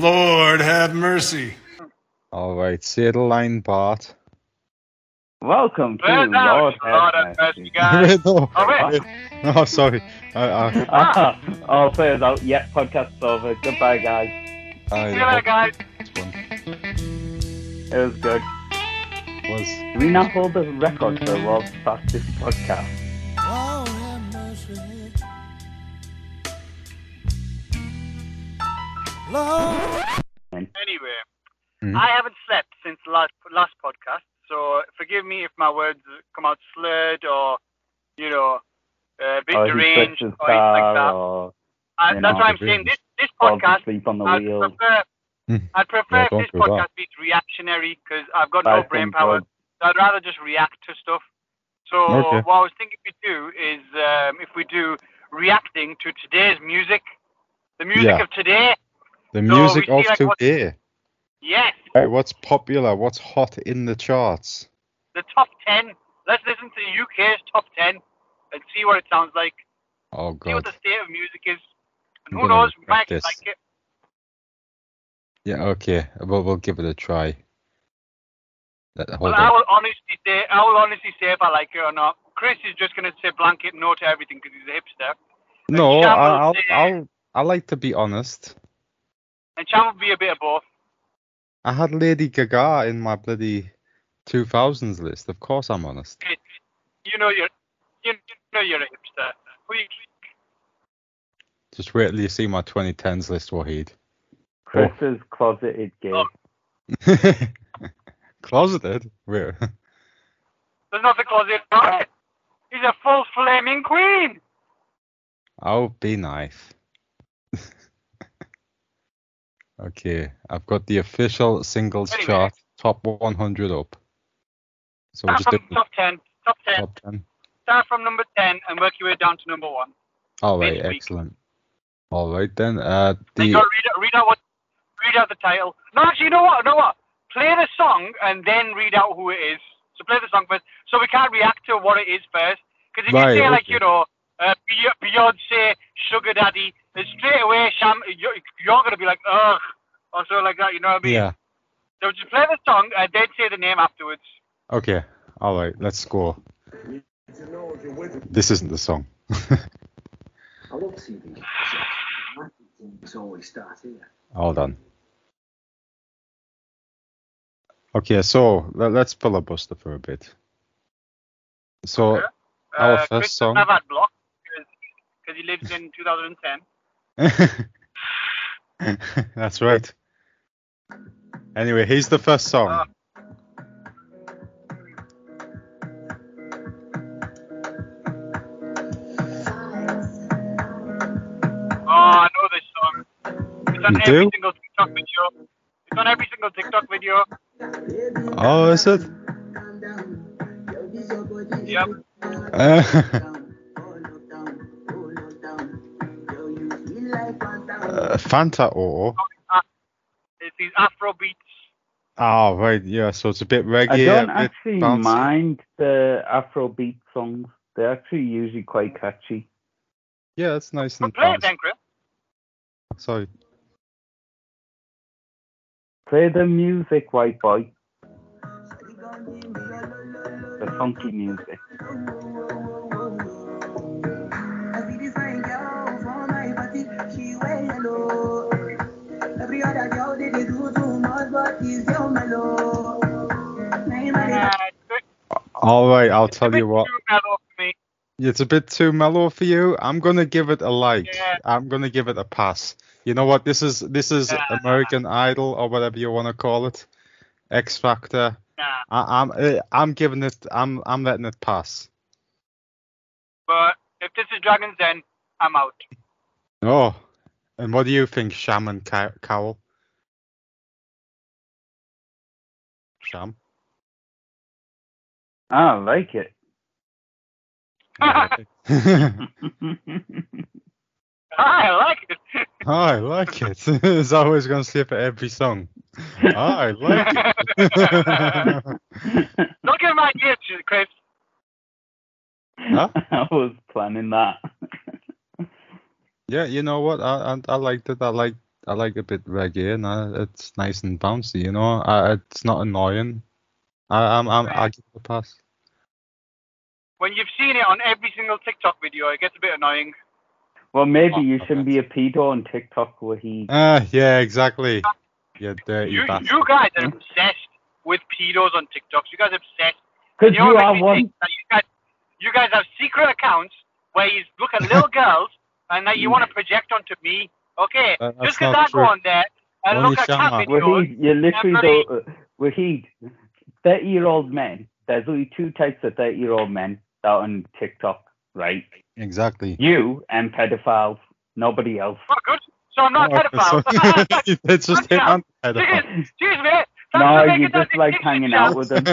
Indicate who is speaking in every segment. Speaker 1: Lord have mercy.
Speaker 2: All right, say the line, Bart.
Speaker 3: Welcome to
Speaker 4: Well, now
Speaker 3: Lord
Speaker 4: it's a lot
Speaker 3: Have
Speaker 4: of best
Speaker 3: Mercy.
Speaker 4: guys.
Speaker 2: no,
Speaker 4: All right.
Speaker 2: no, sorry. I, I,
Speaker 3: Ah, all players out. Yep, podcast's over. Goodbye, guys.
Speaker 2: I
Speaker 4: See you later, guys.
Speaker 2: this one
Speaker 3: It was good.
Speaker 2: was.
Speaker 3: Do we now hold the record for the world's fastest podcast?
Speaker 5: Lord have mercy. Lord.
Speaker 4: Anyway,
Speaker 2: Mhm.
Speaker 4: I haven't slept since last last podcast, so forgive me if my words come out slurred or, you know, uh, a bit
Speaker 3: Or he flips
Speaker 4: deranged
Speaker 3: his
Speaker 4: or anything like
Speaker 3: car,
Speaker 4: that.
Speaker 3: or
Speaker 4: Uh,
Speaker 3: you
Speaker 4: that's
Speaker 3: know,
Speaker 4: why I'm
Speaker 2: the
Speaker 4: saying this this
Speaker 3: falls
Speaker 4: podcast.
Speaker 3: asleep on the
Speaker 4: I'd
Speaker 3: wheel.
Speaker 4: prefer,
Speaker 2: Hmm.
Speaker 4: I'd prefer
Speaker 2: Yeah,
Speaker 4: if
Speaker 2: don't
Speaker 4: this
Speaker 2: do
Speaker 4: podcast
Speaker 2: that.
Speaker 4: be reactionary because I've got
Speaker 3: buy
Speaker 4: no brain
Speaker 3: some
Speaker 4: power.
Speaker 3: drugs.
Speaker 4: So I'd rather just react to stuff. So
Speaker 2: Okay.
Speaker 4: what I was thinking we do is um, if we do reacting to today's music, the music
Speaker 2: Yeah.
Speaker 4: of today.
Speaker 2: The music
Speaker 4: we see,
Speaker 2: of
Speaker 4: like, what-
Speaker 2: today.
Speaker 4: Yes,
Speaker 2: Right, what's popular? What's hot in the charts?
Speaker 4: the top ten. Let's listen to the UK's top ten and see what it sounds like.
Speaker 2: Oh,
Speaker 4: See what the
Speaker 2: God.
Speaker 4: state of music is.
Speaker 2: I'm
Speaker 4: And who
Speaker 2: gonna
Speaker 4: knows? We
Speaker 2: regret
Speaker 4: might
Speaker 2: this.
Speaker 4: like it.
Speaker 2: Yeah, okay. Well, we'll give it a try. Let-
Speaker 4: Well,
Speaker 2: Hold
Speaker 4: I
Speaker 2: on.
Speaker 4: will honestly say, I will honestly say if I like it or not. Chris is just gonna say blanket no to everything because he's a hipster,
Speaker 2: No,
Speaker 4: Shall we
Speaker 2: I, I'll,
Speaker 4: say-
Speaker 2: I'll, I like to be honest.
Speaker 4: and Chan will be a bit of both.
Speaker 2: I had Lady Gaga in my bloody 2000s list. Of course, I'm honest.
Speaker 4: You know you're, you you know you're a hipster. We,
Speaker 2: Just wait till you see my 2010s list, Wahid.
Speaker 3: Chris is closeted gay.
Speaker 4: Oh.
Speaker 2: Closeted? Wait.
Speaker 4: there's nothing closet about it. He's a full flaming queen.
Speaker 2: I'll be nice. okay, I've got the official singles
Speaker 4: Anyway.
Speaker 2: chart, top 100 up. So we'll
Speaker 4: Start
Speaker 2: just do
Speaker 4: from top ten, top ten.
Speaker 2: top 10.
Speaker 4: Start from number ten and work your way down to number one.
Speaker 2: All right,
Speaker 4: Midweek.
Speaker 2: excellent. All right then. Uh,
Speaker 4: Then
Speaker 2: the
Speaker 4: go read out, read out what, read out the title. No, actually, you know what? You know what? Play the song and then read out who it is. So play the song first, so we can't react to what it is first. Because if
Speaker 2: Right,
Speaker 4: you say like
Speaker 2: okay.
Speaker 4: you know, uh, Bey- Beyonce, Sugar Daddy, then straight away, Sham, you're, you're gonna be like, ugh, or something like that. You know what I mean?
Speaker 2: yeah.
Speaker 4: So just play the song and then say the name afterwards.
Speaker 2: Okay. All right. Let's go. This isn't the song.
Speaker 6: I love TV. My things always start here.
Speaker 2: All done. Okay, so let, let's filibuster for a bit. So
Speaker 4: Okay.
Speaker 2: Our
Speaker 4: Uh,
Speaker 2: first
Speaker 4: Chris
Speaker 2: song.
Speaker 4: doesn't have ad block because he lives in 2010.
Speaker 2: That's right. Anyway, here's the first
Speaker 4: Ah.
Speaker 2: song.
Speaker 4: Oh, I know this song. It's on
Speaker 2: You
Speaker 4: every
Speaker 2: do?
Speaker 4: single TikTok video. It's on every single TikTok video.
Speaker 2: Oh, is it?
Speaker 4: Yep.
Speaker 2: Uh, Fanta or
Speaker 4: It's these Afro beats.
Speaker 2: Oh, right, yeah, so it's a bit reggae.
Speaker 3: I don't
Speaker 2: a bit
Speaker 3: actually
Speaker 2: bouncy.
Speaker 3: mind the Afrobeat songs. They're actually usually quite catchy.
Speaker 2: Yeah, it's nice
Speaker 4: But
Speaker 2: and
Speaker 4: play it
Speaker 2: bouncy.
Speaker 4: then, Chris.
Speaker 2: Sorry.
Speaker 3: Play the music, white boy. The funky music.
Speaker 7: Every other girl did it do too much, but he's your mellow. Now you
Speaker 4: Uh,
Speaker 7: might
Speaker 4: it's
Speaker 2: All right, I'll
Speaker 4: a
Speaker 2: tell
Speaker 4: bit
Speaker 2: you what.
Speaker 4: too mellow for me.
Speaker 2: It's a bit too mellow for you. I'm gonna give it a like.
Speaker 4: Yeah.
Speaker 2: I'm gonna give it a pass. You know what? This is this is
Speaker 4: Yeah.
Speaker 2: American Idol or whatever you want to call it, X Factor.
Speaker 4: Nah.
Speaker 2: I, I'm eh, I'm giving it. I'm I'm letting it pass.
Speaker 4: But if this is Dragons Den, I'm out.
Speaker 2: Oh, and what do you think, Sham and Cow- Cowell? Sham.
Speaker 3: Ah, I like it.
Speaker 4: Ah,
Speaker 2: I like it.
Speaker 4: Ah, I like it.
Speaker 2: I like it. it's always gonna say for every song. I like it.
Speaker 4: Look at my ears, Chris.
Speaker 2: Huh?
Speaker 3: I was planning that.
Speaker 2: Yeah, you know what? I I, I liked it. I like I like a bit reggae, and uh, it's nice and bouncy. You know, uh, it's not annoying. I, I'm, I'm, I give it a pass.
Speaker 4: When you've seen it on every single TikTok video, it gets a bit annoying.
Speaker 3: Well, maybe you shouldn't be a pedo on TikTok where he.
Speaker 2: Ah, yeah, exactly. Yeah, dirty
Speaker 4: You,
Speaker 2: bastard.
Speaker 4: you guys are obsessed with pedos on TikToks. You guys are obsessed.
Speaker 3: Because
Speaker 4: know
Speaker 3: you
Speaker 4: what
Speaker 3: are
Speaker 4: makes me
Speaker 3: one.
Speaker 4: think that You guys, you guys have secret accounts where you look at little girls and that you want to project onto me. Okay,
Speaker 2: That- that's
Speaker 4: just because
Speaker 2: not
Speaker 4: I go
Speaker 2: true.
Speaker 4: on there and
Speaker 2: Only
Speaker 4: look at cat
Speaker 2: Shamrock.
Speaker 4: videos,
Speaker 3: Wahid, you're literally
Speaker 4: Everybody-
Speaker 3: the. Uh, Wahid, 30 year old men. There's only two types of 30 year old men that are on TikTok, right?
Speaker 2: Exactly.
Speaker 3: You and pedophiles. Nobody else.
Speaker 4: oh, good. So I'm not a
Speaker 2: Oh,
Speaker 4: pedophile.
Speaker 2: so- it's just hit on the
Speaker 4: Jeez,
Speaker 2: pedophile.
Speaker 4: jeez, mate. Thanks
Speaker 3: No,
Speaker 4: for making
Speaker 3: you
Speaker 4: that
Speaker 3: just like
Speaker 4: distinction,
Speaker 3: hanging
Speaker 4: Sam.
Speaker 3: out with them.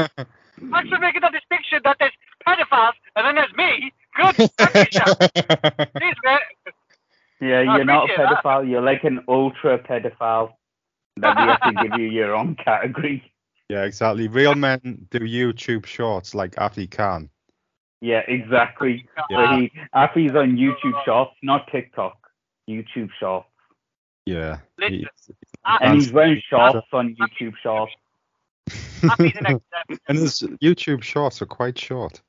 Speaker 4: Thanks for making that distinction that there's pedophiles and then there's me. Good. Thank you, Sam. Jeez, mate.
Speaker 3: Yeah,
Speaker 4: I
Speaker 3: you're not a
Speaker 4: appreciate that.
Speaker 3: pedophile. You're like an ultra pedophile. That we have to give you your own category.
Speaker 2: yeah, exactly. Real men do YouTube shorts like Afi Khan.
Speaker 3: Yeah, exactly.
Speaker 2: Yeah.
Speaker 3: But he, Afi's on YouTube Shorts, not TikTok. YouTube Shorts,
Speaker 2: Yeah.
Speaker 4: Listen,
Speaker 2: He-
Speaker 4: I-
Speaker 3: and he's wearing
Speaker 2: That's-
Speaker 3: shorts on YouTube Shorts.
Speaker 4: Happy the next step.
Speaker 2: and his YouTube shorts are quite short.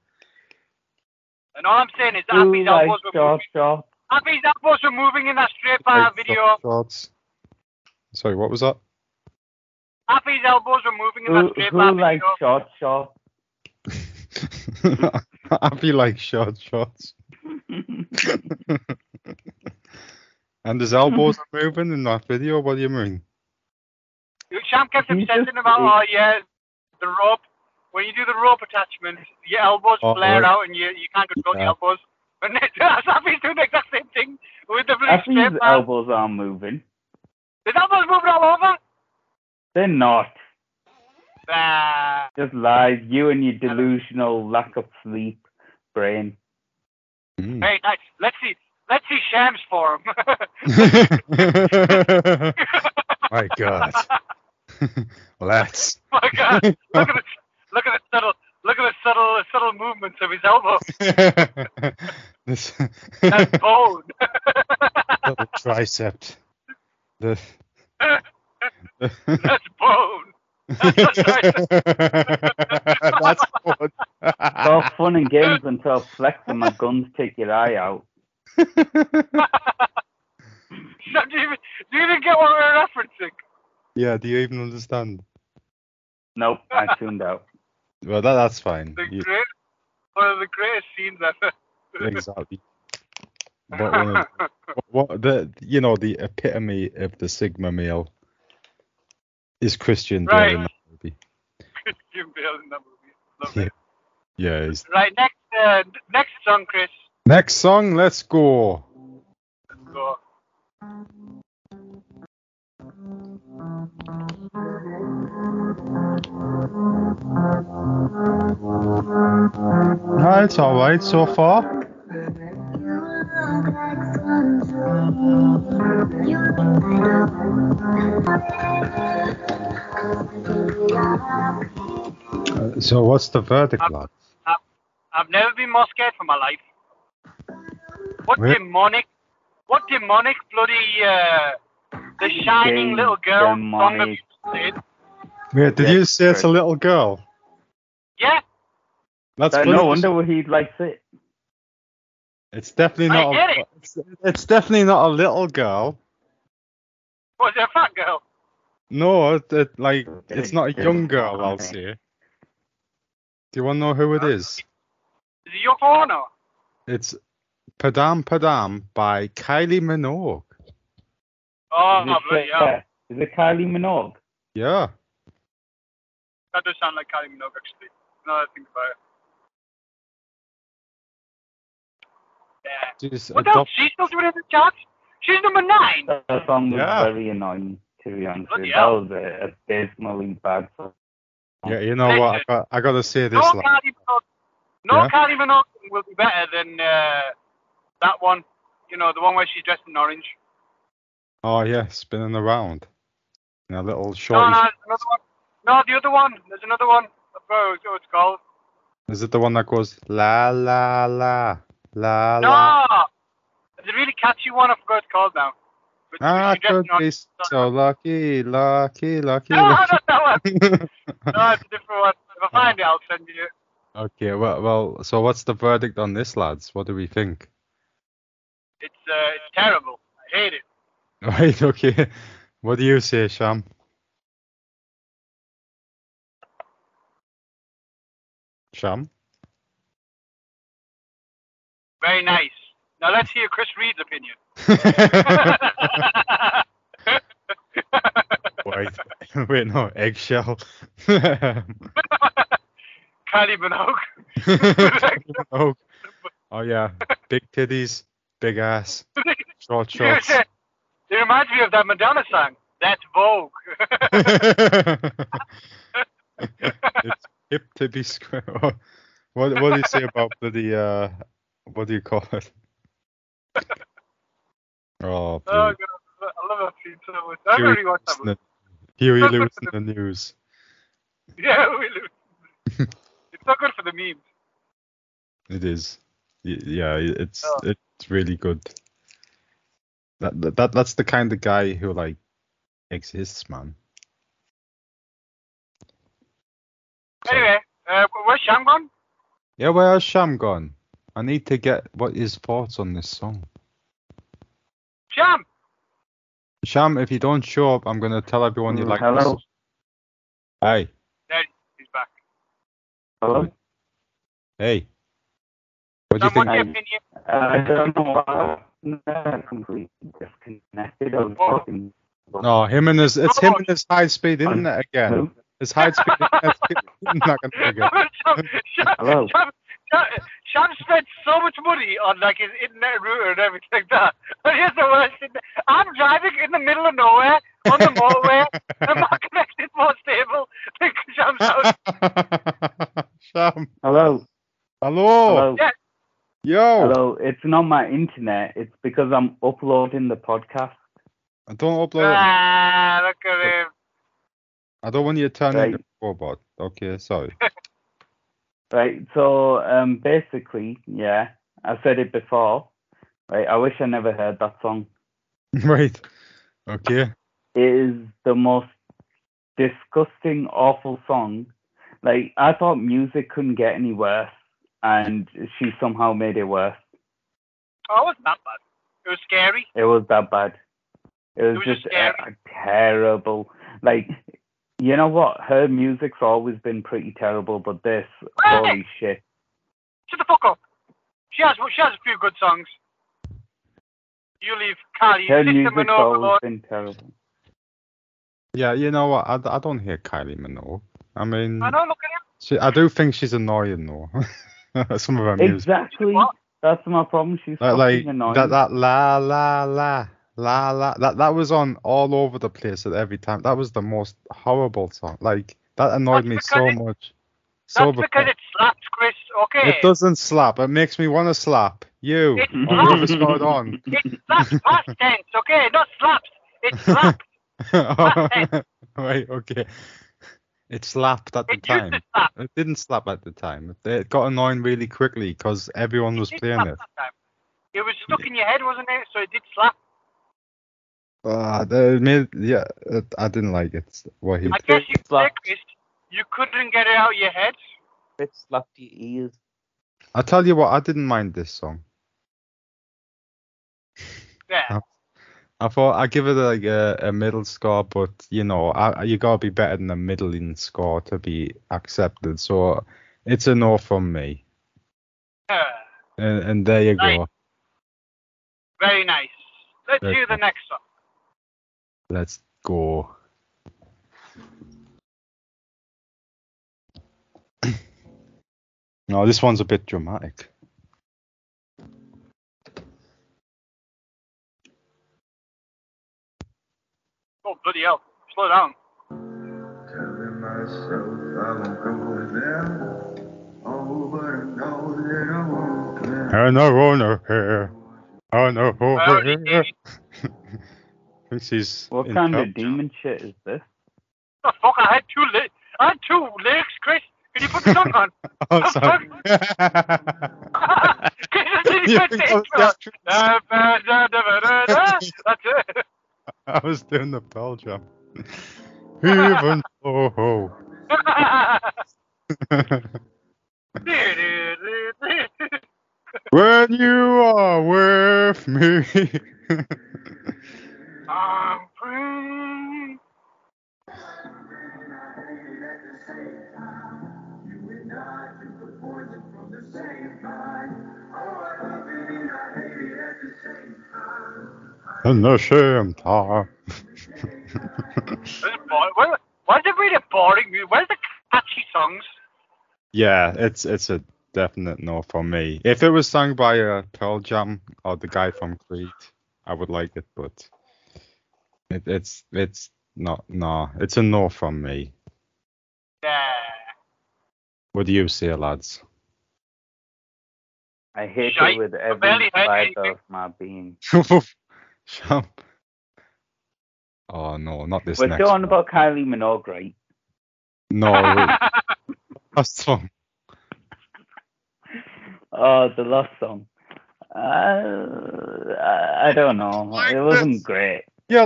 Speaker 4: And all I'm saying is
Speaker 3: Ooh,
Speaker 4: Happy's
Speaker 3: like
Speaker 4: elbows were
Speaker 3: short
Speaker 4: moving.
Speaker 3: shorts.
Speaker 4: Happy's elbows were moving in that straight bar
Speaker 2: Like,
Speaker 4: video.
Speaker 2: Shorts. Sorry, what was that?
Speaker 4: Happy's elbows were moving in that
Speaker 3: Who,
Speaker 4: straight bar
Speaker 3: who likes
Speaker 4: video.
Speaker 3: short shorts?
Speaker 2: Happy like short shorts. and his elbows are moving in that video. What do you mean?
Speaker 4: Sham kept
Speaker 3: He's
Speaker 4: obsessing
Speaker 3: just-
Speaker 4: about, oh yeah, the rope. When you do the rope attachment, your elbows
Speaker 2: Oh,
Speaker 4: flare
Speaker 2: right.
Speaker 4: out and you, you can't control
Speaker 2: Yeah.
Speaker 4: your elbows. And Happy's doing the exact same thing with the blue
Speaker 3: Afi's
Speaker 4: straight bar.
Speaker 3: elbows are moving.
Speaker 4: His elbows moving all over.
Speaker 3: They're not.
Speaker 4: Bah.
Speaker 3: Just lies. You and your delusional lack of sleep brain.
Speaker 2: Hmm.
Speaker 4: Hey, nice. Let's see. Let's see Sham's form.
Speaker 2: My God. Let's.
Speaker 4: My God. Look at the look at the subtle look at the subtle subtle movements of his elbow
Speaker 2: this
Speaker 4: and bone.
Speaker 2: little tricep. The,
Speaker 4: That's bone. That's a tricep.
Speaker 2: That's good.
Speaker 3: It's all fun and games until flex and my guns take your eye out.
Speaker 4: So do, you, even- do you even get what we're referencing?
Speaker 2: yeah, do you even understand?
Speaker 3: Nope, I tuned out.
Speaker 2: Well, that, that's fine.
Speaker 4: The
Speaker 2: You-
Speaker 4: great, one of the greatest scenes ever.
Speaker 2: exactly. But one of- what the you know the epitome of the Sigma male is Christian Bale in
Speaker 4: Right.
Speaker 2: that movie.
Speaker 4: Jim Bale in that movie. Love it.
Speaker 2: Yeah. he's-
Speaker 4: Right, next uh, next song, Chris.
Speaker 2: Next song, let's go.
Speaker 4: Go.
Speaker 2: Ah, it's all right so far. Uh, So what's the verdict,
Speaker 4: Um,
Speaker 2: lad?
Speaker 4: I've never been more scared for my life. What
Speaker 2: Where-
Speaker 4: demonic, what demonic bloody, uh, the shining
Speaker 3: Game
Speaker 4: little girl song that
Speaker 3: demonic.
Speaker 4: you played.
Speaker 2: Wait, did
Speaker 3: yeah,
Speaker 2: you say it's a
Speaker 3: right.
Speaker 2: little girl?
Speaker 4: Yeah,
Speaker 2: That's
Speaker 4: Uh,
Speaker 3: That-
Speaker 2: bloody-
Speaker 3: no wonder Wahid likes it.
Speaker 2: It's definitely
Speaker 4: I
Speaker 2: not.
Speaker 4: get
Speaker 2: A,
Speaker 4: it.
Speaker 2: it's, it's definitely not a little girl.
Speaker 4: was it a fat girl?
Speaker 2: No, it, it, like it's not a young girl. I'll say. Do you want to know who it is?
Speaker 4: Is it your phone or?
Speaker 2: It's Padam Padam by Kylie Minogue.
Speaker 4: Oh,
Speaker 3: Is it,
Speaker 4: bloody hell.
Speaker 3: yeah. Is it Kylie Minogue?
Speaker 2: Yeah.
Speaker 4: That does sound like Kylie Minogue, actually. Now that I think about it. Yeah.
Speaker 2: She's
Speaker 4: What the hell?
Speaker 2: adopt-
Speaker 4: She's still doing it in the charts? She's number nine.
Speaker 3: That song was
Speaker 2: Yeah.
Speaker 3: very annoying, to be honest.
Speaker 4: Bloody
Speaker 3: With. you. That
Speaker 4: hell.
Speaker 3: was a abysmally bad song.
Speaker 2: yeah, you know what? I
Speaker 4: Listen.
Speaker 2: got, I got to say this.
Speaker 4: No
Speaker 2: lad.
Speaker 4: Kylie Minogue. No
Speaker 2: Yeah?
Speaker 4: Kylie Minogue will be better than uh, that one. You know, the one where she's dressed in orange.
Speaker 2: Oh yeah, spinning around. In a little short.
Speaker 4: No, no, there's another one. No, the other one. There's another one. I forgot what it's called.
Speaker 2: Is it the one that goes la la la la
Speaker 4: No!
Speaker 2: la?
Speaker 4: There's a really catchy one. I forgot what it's called now. But
Speaker 2: I
Speaker 4: she dressed
Speaker 2: could
Speaker 4: in all-
Speaker 2: Ah, be so lucky, lucky, lucky.
Speaker 4: No,
Speaker 2: lucky.
Speaker 4: not that one. No, it's a different one. If I find it, I'll send you.
Speaker 2: okay, well, well, so what's the verdict on this, lads? What do we think?
Speaker 4: It's uh, it's terrible. I hate it.
Speaker 2: Right, okay. What do you say, Sham? Sham?
Speaker 4: Very nice. Now let's hear Chris Reed's opinion.
Speaker 2: Wait, wait, no, eggshell. oh
Speaker 4: Kylie Minogue.
Speaker 2: Oh, yeah, big titties, big ass, short shorts.
Speaker 4: it reminds me of that Madonna song. That's Vogue.
Speaker 2: it's hip to be square. What what do you say about the uh what do you call it? Oh,
Speaker 4: oh, God.
Speaker 2: Huey
Speaker 4: I love that scene so much. I really want
Speaker 2: Lewis
Speaker 4: that
Speaker 2: in
Speaker 4: one.
Speaker 2: the- Huey Lewis in the news.
Speaker 4: Yeah, we lose. it's not good for the memes.
Speaker 2: It is. Y- Yeah, i- it's
Speaker 4: Oh.
Speaker 2: it's really good. That, that that that's the kind of guy who like exists, man. So-
Speaker 4: Anyway, uh, where's Sham gone?
Speaker 2: yeah, where's Sham gone? I need to get what his thoughts on this song.
Speaker 4: Sham!
Speaker 2: Sham, if you don't show up, I'm gonna tell everyone you
Speaker 3: Mm,
Speaker 2: like.
Speaker 3: hello?
Speaker 2: this. Hey,
Speaker 4: He's back.
Speaker 3: Hello?
Speaker 2: hey. What do you
Speaker 4: Sam,
Speaker 2: think?
Speaker 4: what's your
Speaker 3: I-
Speaker 4: opinion?
Speaker 3: I don't know why I'm completely disconnected. I was
Speaker 4: Oh.
Speaker 3: talking.
Speaker 2: No, Oh, him and his it's him and his high speed
Speaker 3: Hello?
Speaker 2: internet again. His high speed internet. I'm not gonna figure. it.
Speaker 4: Sham, Sham,
Speaker 3: Hello?
Speaker 4: Sham, Sham, Sham spent so much money on like his internet router and everything like that. But here's the worst thing. I'm driving in the middle of nowhere on the motorway. and my connection's more stable than Sham's house.
Speaker 2: Sham,
Speaker 3: Hello?
Speaker 2: hello,
Speaker 3: Hello?
Speaker 2: Oh.
Speaker 4: Yeah.
Speaker 2: yo.
Speaker 3: Hello? It's not my internet. It's because I'm uploading the podcast.
Speaker 2: I don't upload. it.
Speaker 4: Ah, look at him.
Speaker 2: I don't want you to turn
Speaker 3: Right.
Speaker 2: into a robot. Okay, sorry.
Speaker 3: Right. So um, basically, yeah, I said it before. Right. I wish I never heard that song.
Speaker 2: right. Okay.
Speaker 3: It is the most disgusting, awful song. Like I thought music couldn't get any worse, and she somehow made it worse.
Speaker 4: Oh, it wasn't that bad. It was scary.
Speaker 3: It was that bad. It was,
Speaker 4: was
Speaker 3: just
Speaker 4: just
Speaker 3: uh, terrible. Like, you know what? Her music's always been pretty terrible, but this,
Speaker 4: Right.
Speaker 3: holy shit.
Speaker 4: Shut the fuck up. She has she has a few good songs. You leave Carly
Speaker 3: Her
Speaker 4: Sister
Speaker 3: music's
Speaker 4: Minogue
Speaker 3: always
Speaker 4: alone.
Speaker 3: been terrible.
Speaker 2: Yeah, you know what? I, I don't hear Kylie Minogue. I mean,
Speaker 4: I know, look at him.
Speaker 2: she, I do think she's annoying though. Some of her music.
Speaker 3: Exactly.
Speaker 4: What?
Speaker 3: That's my problem. She's
Speaker 2: Like,
Speaker 3: fucking
Speaker 2: like
Speaker 3: annoying.
Speaker 2: that, that la la la la la that that was on all over the place at every time. That was the most horrible song. Like that annoyed
Speaker 4: That's
Speaker 2: me
Speaker 4: because
Speaker 2: so
Speaker 4: it-
Speaker 2: much. So
Speaker 4: That's
Speaker 2: much.
Speaker 4: because it slapped Chris, okay?
Speaker 2: It doesn't slap. It makes me want to slap you.
Speaker 4: It
Speaker 2: or whoever's
Speaker 3: slaps.
Speaker 2: going on.
Speaker 4: It slapped past tense, okay? Not slaps. It slapped.
Speaker 2: right. Okay. It slapped at the
Speaker 4: It used
Speaker 2: time.
Speaker 4: to slap.
Speaker 2: It didn't slap at the time. It- It got annoying really quickly because everyone was
Speaker 4: It did
Speaker 2: playing
Speaker 4: slap
Speaker 2: it.
Speaker 4: that time. It was stuck in your head, wasn't it? So it did slap.
Speaker 2: Uh, it made, yeah, it, I didn't like it. What he
Speaker 4: I guess you could say,
Speaker 8: slapped.
Speaker 4: Chris, you couldn't get it out of your head.
Speaker 8: It slapped your ears.
Speaker 2: I tell you what, I didn't mind this song.
Speaker 4: Yeah.
Speaker 2: I thought I give it like a, a middle score, but you know, I, I- you gotta be better than a middling score to be accepted. So it's a no from me.
Speaker 4: Uh,
Speaker 2: And, and there you go.
Speaker 4: Right. Very nice. Let's
Speaker 2: Very
Speaker 4: hear the
Speaker 2: cool.
Speaker 4: next song.
Speaker 2: Let's go. no, this one's a bit dramatic.
Speaker 4: Oh, bloody hell. Slow down.
Speaker 7: Telling myself I won't go there. Oh, but I know that I won't care.
Speaker 2: I know, oh no, here. Oh no,
Speaker 4: Well,
Speaker 2: oh
Speaker 4: it-
Speaker 2: here.
Speaker 4: it-
Speaker 2: Thinks he's.
Speaker 3: What
Speaker 2: in
Speaker 3: kind
Speaker 2: touch.
Speaker 3: of demon shit is this?
Speaker 4: the fuck? I had two li- I had two lyrics, Chris. Can you put the song on?
Speaker 2: Oh, sorry.
Speaker 4: Chris, I didn't even
Speaker 2: You
Speaker 4: say
Speaker 2: think I was
Speaker 4: intro.
Speaker 2: just-
Speaker 4: Da, ba, da, da, ba, da, da. That's it.
Speaker 2: I was doing the bell jump. Even oh ho. when you are with me.
Speaker 4: I'm free.
Speaker 2: and the same time.
Speaker 4: This is boring. Why, why did we the boring? mu- Where's the catchy songs?
Speaker 2: yeah, it's it's a definite no for me. If it was sung by a Pearl Jam or the guy from Creed, I would like it, but it, it's it's not no. It's a no from me. Oh.
Speaker 4: Yeah.
Speaker 2: What do you say, lads?
Speaker 3: I hate
Speaker 4: Shite.
Speaker 3: it with every
Speaker 4: barely heard
Speaker 3: fiber
Speaker 4: anything.
Speaker 3: of my being.
Speaker 2: Sham. Oh no, not this
Speaker 3: We're
Speaker 2: next.
Speaker 3: still on
Speaker 2: one.
Speaker 3: about Kylie Minogue, right?
Speaker 2: No, wait, last song.
Speaker 3: Oh, the last song. Uh, I, I don't know.
Speaker 2: Like
Speaker 3: It wasn't
Speaker 2: this.
Speaker 3: great.
Speaker 2: You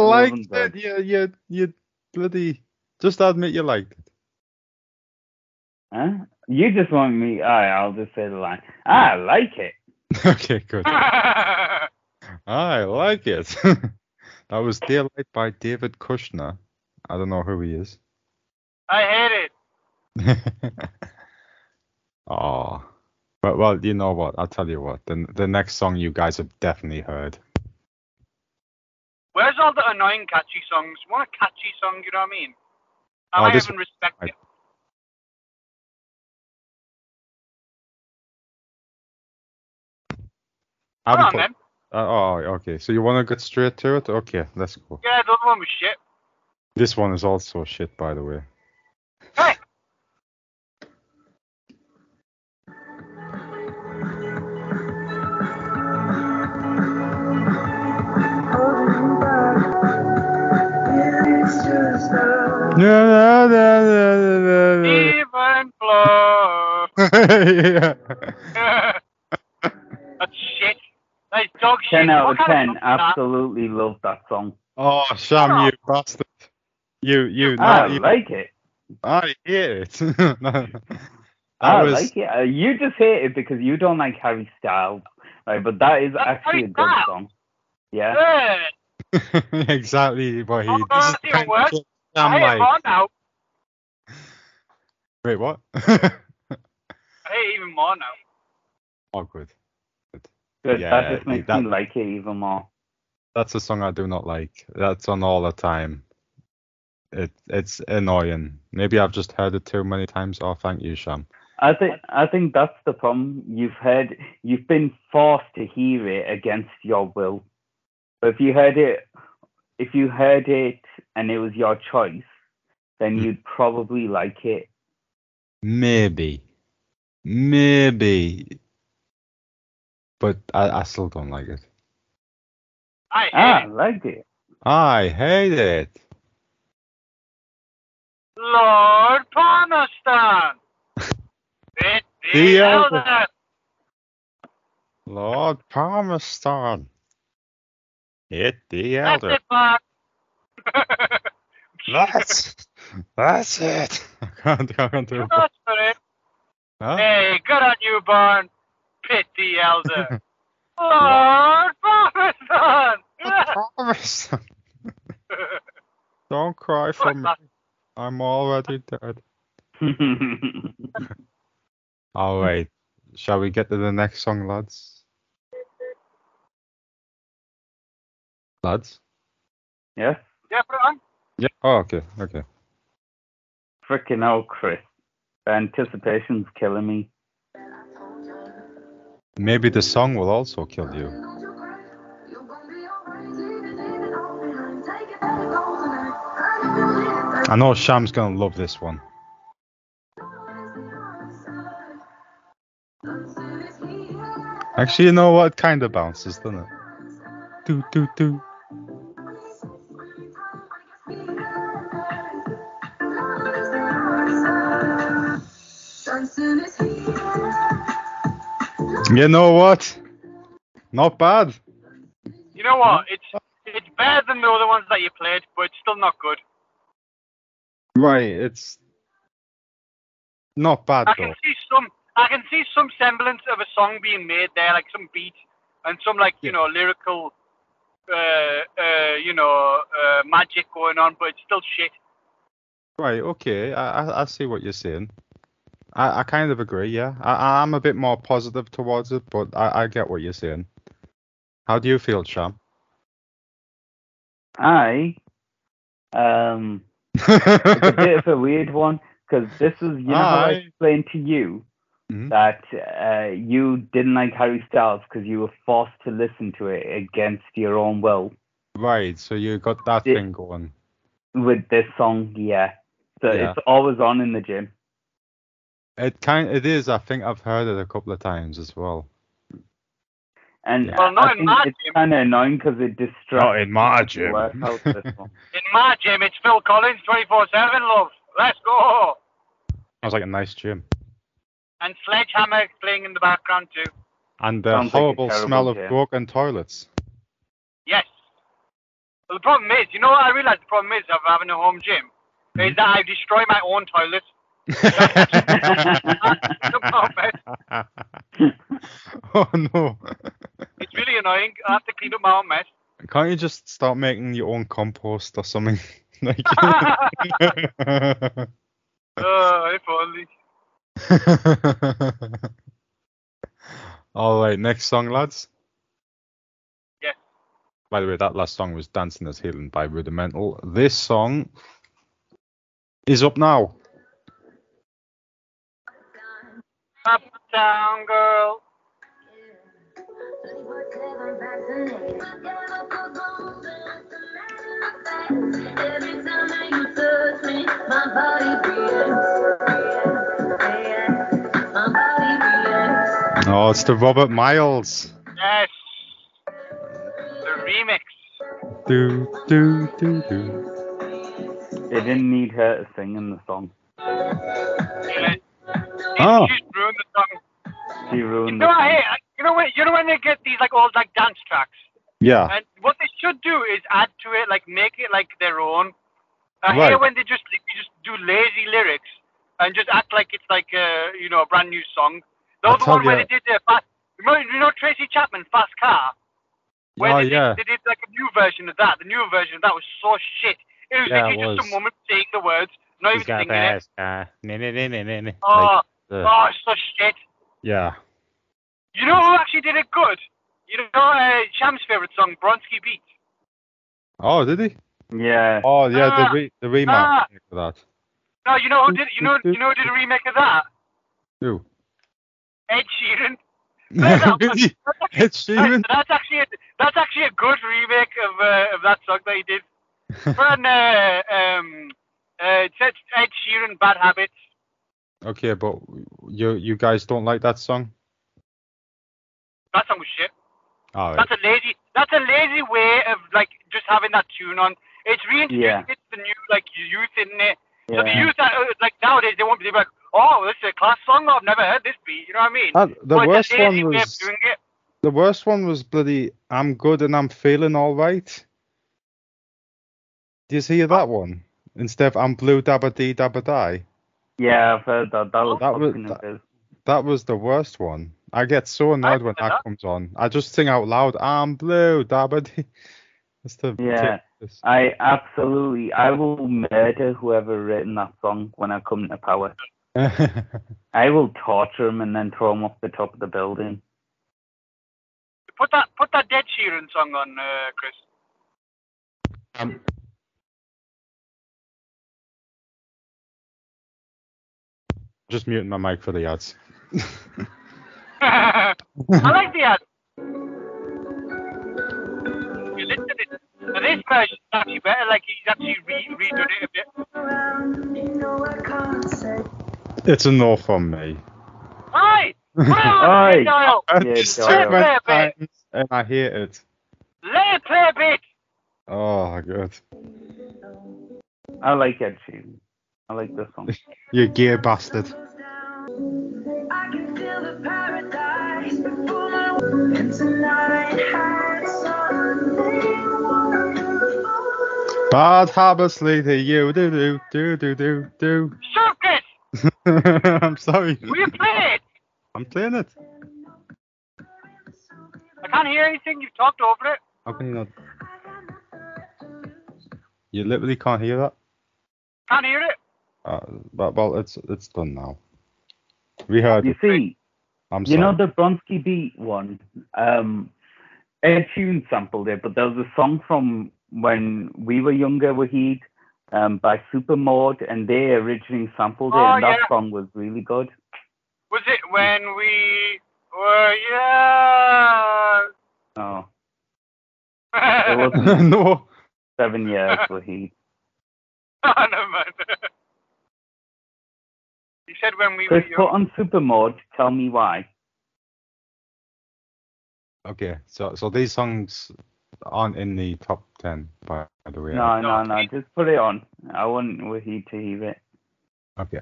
Speaker 2: liked
Speaker 3: wasn't bad.
Speaker 2: it. You you you bloody. Just admit you liked it.
Speaker 3: Huh? You just want me. All right, I'll just say the line. I like it.
Speaker 2: okay, good. I like it. that was Daylight by David Kushner. I don't know who he is.
Speaker 4: I hate it.
Speaker 2: oh. But well, you know what? I'll tell you what. The the next song you guys have definitely heard.
Speaker 4: Where's all the annoying catchy songs? Want a catchy song? You know what I mean? I
Speaker 2: Oh,
Speaker 4: might
Speaker 2: this-
Speaker 4: even respect it.
Speaker 2: I haven't
Speaker 4: Come on,
Speaker 2: put-
Speaker 4: man.
Speaker 2: uh, oh, okay. So you want to get straight to it? Okay, let's go.
Speaker 4: Yeah, the other one was shit.
Speaker 2: This one is also shit, by the way.
Speaker 4: Hey. Even flow.
Speaker 2: yeah.
Speaker 4: That's shit. That's dog shit.
Speaker 3: 10 out
Speaker 4: What
Speaker 3: of 10.
Speaker 4: kind song is that?
Speaker 3: Absolutely love that song.
Speaker 2: Oh, Sham, you bastard. You, you,
Speaker 3: I
Speaker 4: Ah,
Speaker 2: no, you,
Speaker 3: like it.
Speaker 2: I hate it. No, Oh, no.
Speaker 3: I
Speaker 2: was-
Speaker 3: like it. Uh, You just hate it because you don't like Harry Styles, right? But that is
Speaker 4: That's
Speaker 3: actually a
Speaker 4: Harry
Speaker 3: good
Speaker 4: Styles.
Speaker 3: song. Yeah.
Speaker 4: Yeah.
Speaker 2: exactly what he.
Speaker 4: Oh,
Speaker 2: this is the
Speaker 4: that's even
Speaker 2: kind of
Speaker 4: worse.
Speaker 2: shit
Speaker 4: I
Speaker 2: Sham
Speaker 4: hate
Speaker 2: like.
Speaker 4: more now.
Speaker 2: Wait, what?
Speaker 4: I hate even more now.
Speaker 2: Awkward.
Speaker 3: Good.
Speaker 2: Yeah,
Speaker 3: that just makes
Speaker 2: that-
Speaker 3: me like it even more.
Speaker 2: That's a song I do not like. That's on all the time. It it's annoying. Maybe I've just heard it too many times. Oh, thank you, Sham.
Speaker 3: I think I think that's the problem. You've heard you've been forced to hear it against your will. But if you heard it if you heard it and it was your choice, then
Speaker 2: Mm.
Speaker 3: you'd probably like it.
Speaker 2: Maybe, maybe, but I, I still don't like it.
Speaker 4: I hate
Speaker 3: Ah, I
Speaker 4: it.
Speaker 3: liked it.
Speaker 2: I hate it.
Speaker 4: Lord Palmerston. it
Speaker 2: The
Speaker 4: is
Speaker 2: other-
Speaker 4: Elder.
Speaker 2: Lord Palmerston. Hit the
Speaker 4: That's
Speaker 2: elder.
Speaker 4: it, Mark.
Speaker 2: That's that's it. I can't, I can't do it.
Speaker 4: That's for it.
Speaker 2: Huh?
Speaker 4: Hey, good on you, Barn. Pit the Elder. Lord Palmerston.
Speaker 2: Palmerston. Don't cry for me. I'm already dead. All right. Shall we get to the next song, lads? Lads?
Speaker 3: yeah.
Speaker 4: yeah, put it on.
Speaker 2: Yeah. Oh, okay. Okay.
Speaker 3: Freaking hell, Chris. The anticipation's killing me.
Speaker 2: Maybe the song will also kill you. I know Sham's gonna love this one. Actually, you know what? It kind of bounces, doesn't it? Do do do. You know what? Not bad.
Speaker 4: You know what? It's it's better than the other ones that you played, but it's still not good.
Speaker 2: Right, it's not bad
Speaker 4: I
Speaker 2: though.
Speaker 4: can see some. I can see some semblance of a song being made there, like some beat and some like you
Speaker 2: Yeah.
Speaker 4: know lyrical, uh, uh, you know, uh, magic going on, but it's still shit.
Speaker 2: Right, okay, I, I I see what you're saying. I, I kind of agree, yeah. I, I'm a bit more positive towards it, but I, I get what you're saying. How do you feel, Sham?
Speaker 3: I, um, it's a bit of a weird one because this was, you know, how I
Speaker 2: Aye.
Speaker 3: explained to you
Speaker 2: Mhm.
Speaker 3: that uh, you didn't like Harry Styles because you were forced to listen to it against your own will
Speaker 2: Right, so you got that
Speaker 3: Yeah.
Speaker 2: thing going.
Speaker 3: with this song, yeah. So
Speaker 2: Yeah.
Speaker 3: it's always on in the gym.
Speaker 2: It kind it is. I think I've heard it a couple of times as well.
Speaker 3: And
Speaker 2: Yeah.
Speaker 3: I-
Speaker 4: Well, not
Speaker 3: I
Speaker 4: in
Speaker 3: think
Speaker 4: my
Speaker 3: it's
Speaker 4: gym.
Speaker 3: kind of annoying because it distracts.
Speaker 2: Not in my
Speaker 3: you from the
Speaker 2: gym.
Speaker 3: workout, this one.
Speaker 4: In my gym, it's Phil Collins, 24/7, love. Let's go.
Speaker 2: It was like a nice gym.
Speaker 4: And Sledgehammer playing in the background too.
Speaker 2: And the
Speaker 3: Sounds like a
Speaker 2: horrible
Speaker 3: terrible
Speaker 2: smell of
Speaker 3: gym.
Speaker 2: broken toilets.
Speaker 4: Yes. Well, the problem is, you know what I realised the problem is of having a home gym? Is that I destroy my own toilet. Somehow, mate.
Speaker 2: oh no.
Speaker 4: It's really annoying. I have to clean up my own mess.
Speaker 2: Can't you just start making your own compost or something? like
Speaker 4: Oh, if only.
Speaker 2: All right, next song, lads.
Speaker 4: Yeah.
Speaker 2: By the way, that last song was "Dancing as Healing" by Rudimental. This song is up now.
Speaker 4: Up down, girl.
Speaker 2: Oh, it's the Robert Miles.
Speaker 4: Yes. The remix.
Speaker 2: Do do do do.
Speaker 3: They didn't need her to sing in the song.
Speaker 4: Yeah.
Speaker 2: Oh.
Speaker 4: She's ruined the song.
Speaker 3: She
Speaker 4: You
Speaker 3: ruined
Speaker 4: know,
Speaker 3: the
Speaker 4: hey,
Speaker 3: song.
Speaker 4: I- you know when you know when they get these like old like dance tracks,
Speaker 2: Yeah.
Speaker 4: and what they should do is add to it, like make it like their own. I
Speaker 2: Right.
Speaker 4: hate when they just they just do lazy lyrics and just act like it's like uh, you know a brand new song. There
Speaker 2: I'll
Speaker 4: was the one
Speaker 2: tell
Speaker 4: where
Speaker 2: ya-
Speaker 4: they did uh, fast. You know, you know Tracy Chapman, Fast Car. Where
Speaker 2: Oh
Speaker 4: they, did,
Speaker 2: yeah.
Speaker 4: they did like a new version of that. The new version of that was so shit. It was
Speaker 2: Yeah,
Speaker 4: literally
Speaker 2: it
Speaker 4: just
Speaker 2: was.
Speaker 4: some woman saying the words, not even singing it.
Speaker 2: Uh, nah, nah, nah, nah, nah, nah.
Speaker 4: Oh,
Speaker 2: Like uh, the-
Speaker 4: oh, it's so shit.
Speaker 2: yeah.
Speaker 4: You know who actually did it good? You know uh, Sham's favorite song, Bronski Beat.
Speaker 2: Oh, did he?
Speaker 3: Yeah.
Speaker 2: Oh yeah,
Speaker 4: Ah.
Speaker 2: the re- the remake
Speaker 4: Ah.
Speaker 2: for that.
Speaker 4: No, you know who did? You know, you know who did a remake of that?
Speaker 2: Who?
Speaker 4: Ed Sheeran. that one.
Speaker 2: Really? Ed Sheeran.
Speaker 4: That's actually a, that's actually a good remake of uh, of that song that he did. From uh, um, uh, it's Ed Ed Sheeran, Bad Habits.
Speaker 2: Okay, but you you guys don't like that song?
Speaker 4: That song was shit.
Speaker 2: All right.
Speaker 4: That's a lazy. That's a lazy way of like just having that tune on. It's
Speaker 3: Yeah.
Speaker 4: reintroduced it to the new like youth in it. So the
Speaker 3: yeah.
Speaker 4: youth that, uh, like nowadays they won't be like, oh, this is a class song. I've never heard this beat. You know what I mean?
Speaker 2: That- Uh, the
Speaker 4: But it's a
Speaker 2: worst
Speaker 4: lazy
Speaker 2: one
Speaker 4: way of
Speaker 2: was
Speaker 4: doing it.
Speaker 2: the worst one was bloody I'm good and I'm feeling all right. Do you hear that one? Instead of I'm blue dabba dee dabba die.
Speaker 3: Yeah, I've heard that. That was
Speaker 2: That was-
Speaker 3: fucking
Speaker 2: that-
Speaker 3: abysm.
Speaker 2: That was the worst one. I get so annoyed when
Speaker 4: remember
Speaker 2: that
Speaker 4: that.
Speaker 2: comes on. I just sing out loud, I'm blue dabba dee. It's the
Speaker 3: Yeah.
Speaker 2: ridiculous.
Speaker 3: I absolutely, I will murder whoever written that song when I come to power. I will torture him and then throw him off the top of the building.
Speaker 4: Put that put that Dead Sheeran song on, uh, Chris.
Speaker 2: Um, just muting my mic for the ads.
Speaker 4: I like the ad. You listen to this. Now, this version's actually better. Like he's actually re- redone it a bit.
Speaker 2: It's a no from me.
Speaker 4: Hi.
Speaker 3: Aye.
Speaker 4: Hi. Dial.
Speaker 2: I've
Speaker 3: Yeah,
Speaker 2: just
Speaker 3: Doyle.
Speaker 2: checked my
Speaker 4: Fair
Speaker 2: times and I hate it.
Speaker 4: Let it play a bit.
Speaker 2: Oh, good.
Speaker 3: I like Ed Sheeran. I like this song.
Speaker 2: You gay bastard.
Speaker 7: And tonight I had something
Speaker 2: Bad habits lead to you. Do do do do do do.
Speaker 4: Shut this!
Speaker 2: I'm sorry.
Speaker 4: Will you play it?
Speaker 2: I'm playing it.
Speaker 4: I can't hear anything. You've talked over it.
Speaker 2: How can you not? You literally can't hear that.
Speaker 4: Can't hear it.
Speaker 2: Uh, but well, it's it's done now. We heard.
Speaker 3: You
Speaker 2: it.
Speaker 3: see,
Speaker 2: I'm
Speaker 3: you
Speaker 2: sorry.
Speaker 3: know the Bronski Beat one? Um, Ed Sheeran sampled it, but there was a song from when we were younger, Wahid, um, by Supermode, and they originally sampled it,
Speaker 4: Oh,
Speaker 3: and that
Speaker 4: yeah.
Speaker 3: song was really good.
Speaker 4: Was it when we were young?
Speaker 3: Oh, it wasn't
Speaker 2: no.
Speaker 3: seven years, Wahid.
Speaker 4: Oh, never mind. You said when we
Speaker 3: Chris,
Speaker 4: were
Speaker 3: put
Speaker 4: young.
Speaker 3: on Supermode, tell me why.
Speaker 2: Okay. So so these songs aren't in the top ten, by the way.
Speaker 3: No, no,
Speaker 4: No.
Speaker 3: no, just put it on. I want Wahid to hear it.
Speaker 2: Okay.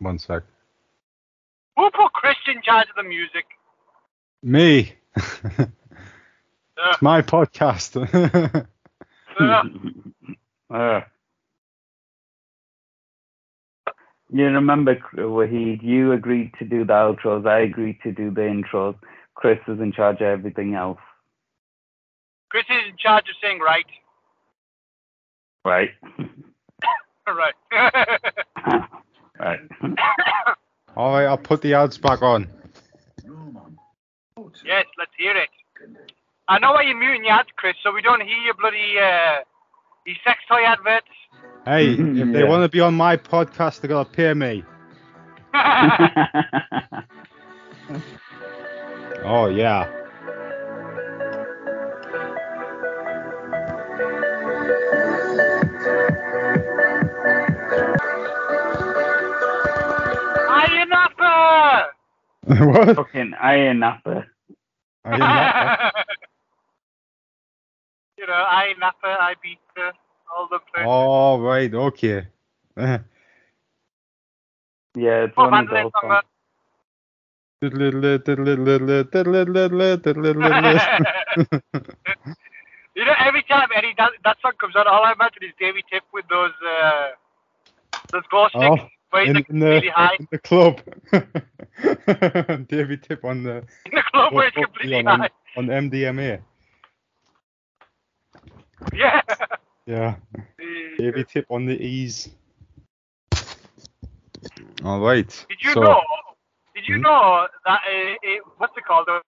Speaker 2: One sec.
Speaker 4: Who put Chris in charge of the music?
Speaker 2: Me. it's
Speaker 4: Uh,
Speaker 2: my podcast.
Speaker 4: uh,
Speaker 3: Uh. You remember, C- Wahid, you agreed to do the outros, I agreed to do the intros. Chris is in charge of everything else,
Speaker 4: Chris is in charge of saying right.
Speaker 3: right?
Speaker 4: right.
Speaker 3: right.
Speaker 2: All right. I'll put the ads back on.
Speaker 4: yes, let's hear it. I know why you're muting your ads, Chris, so we don't hear your bloody uh, your sex toy adverts.
Speaker 2: Hey, if they
Speaker 3: Yeah.
Speaker 2: want to be on my podcast, they gotta pay me. Oh yeah.
Speaker 4: Are you uh, napper?
Speaker 2: what?
Speaker 3: Fucking Iron Napper.
Speaker 2: I didn't know.
Speaker 4: you know, I napper, I beat her, all the players.
Speaker 2: All right. Okay.
Speaker 3: Yeah, it's
Speaker 4: Oh,
Speaker 3: one of
Speaker 4: Mandalay
Speaker 3: those
Speaker 4: song,
Speaker 3: songs.
Speaker 4: you know, every time any that, that song comes on, all I imagine is Davy Tip with those uh, those glow sticks
Speaker 2: Oh,
Speaker 4: where he's
Speaker 2: in,
Speaker 4: like
Speaker 2: in
Speaker 4: really
Speaker 2: the,
Speaker 4: high
Speaker 2: in the club. Davy Tip on the
Speaker 4: in the club where it's
Speaker 2: on-
Speaker 4: completely
Speaker 2: on,
Speaker 4: high.
Speaker 2: on MDMA.
Speaker 4: Yeah.
Speaker 2: Yeah. Davy Tip on the E's. All right.
Speaker 4: Did you
Speaker 2: so,
Speaker 4: know? Did you
Speaker 2: Hmm?
Speaker 4: know that uh, it, what's it called? The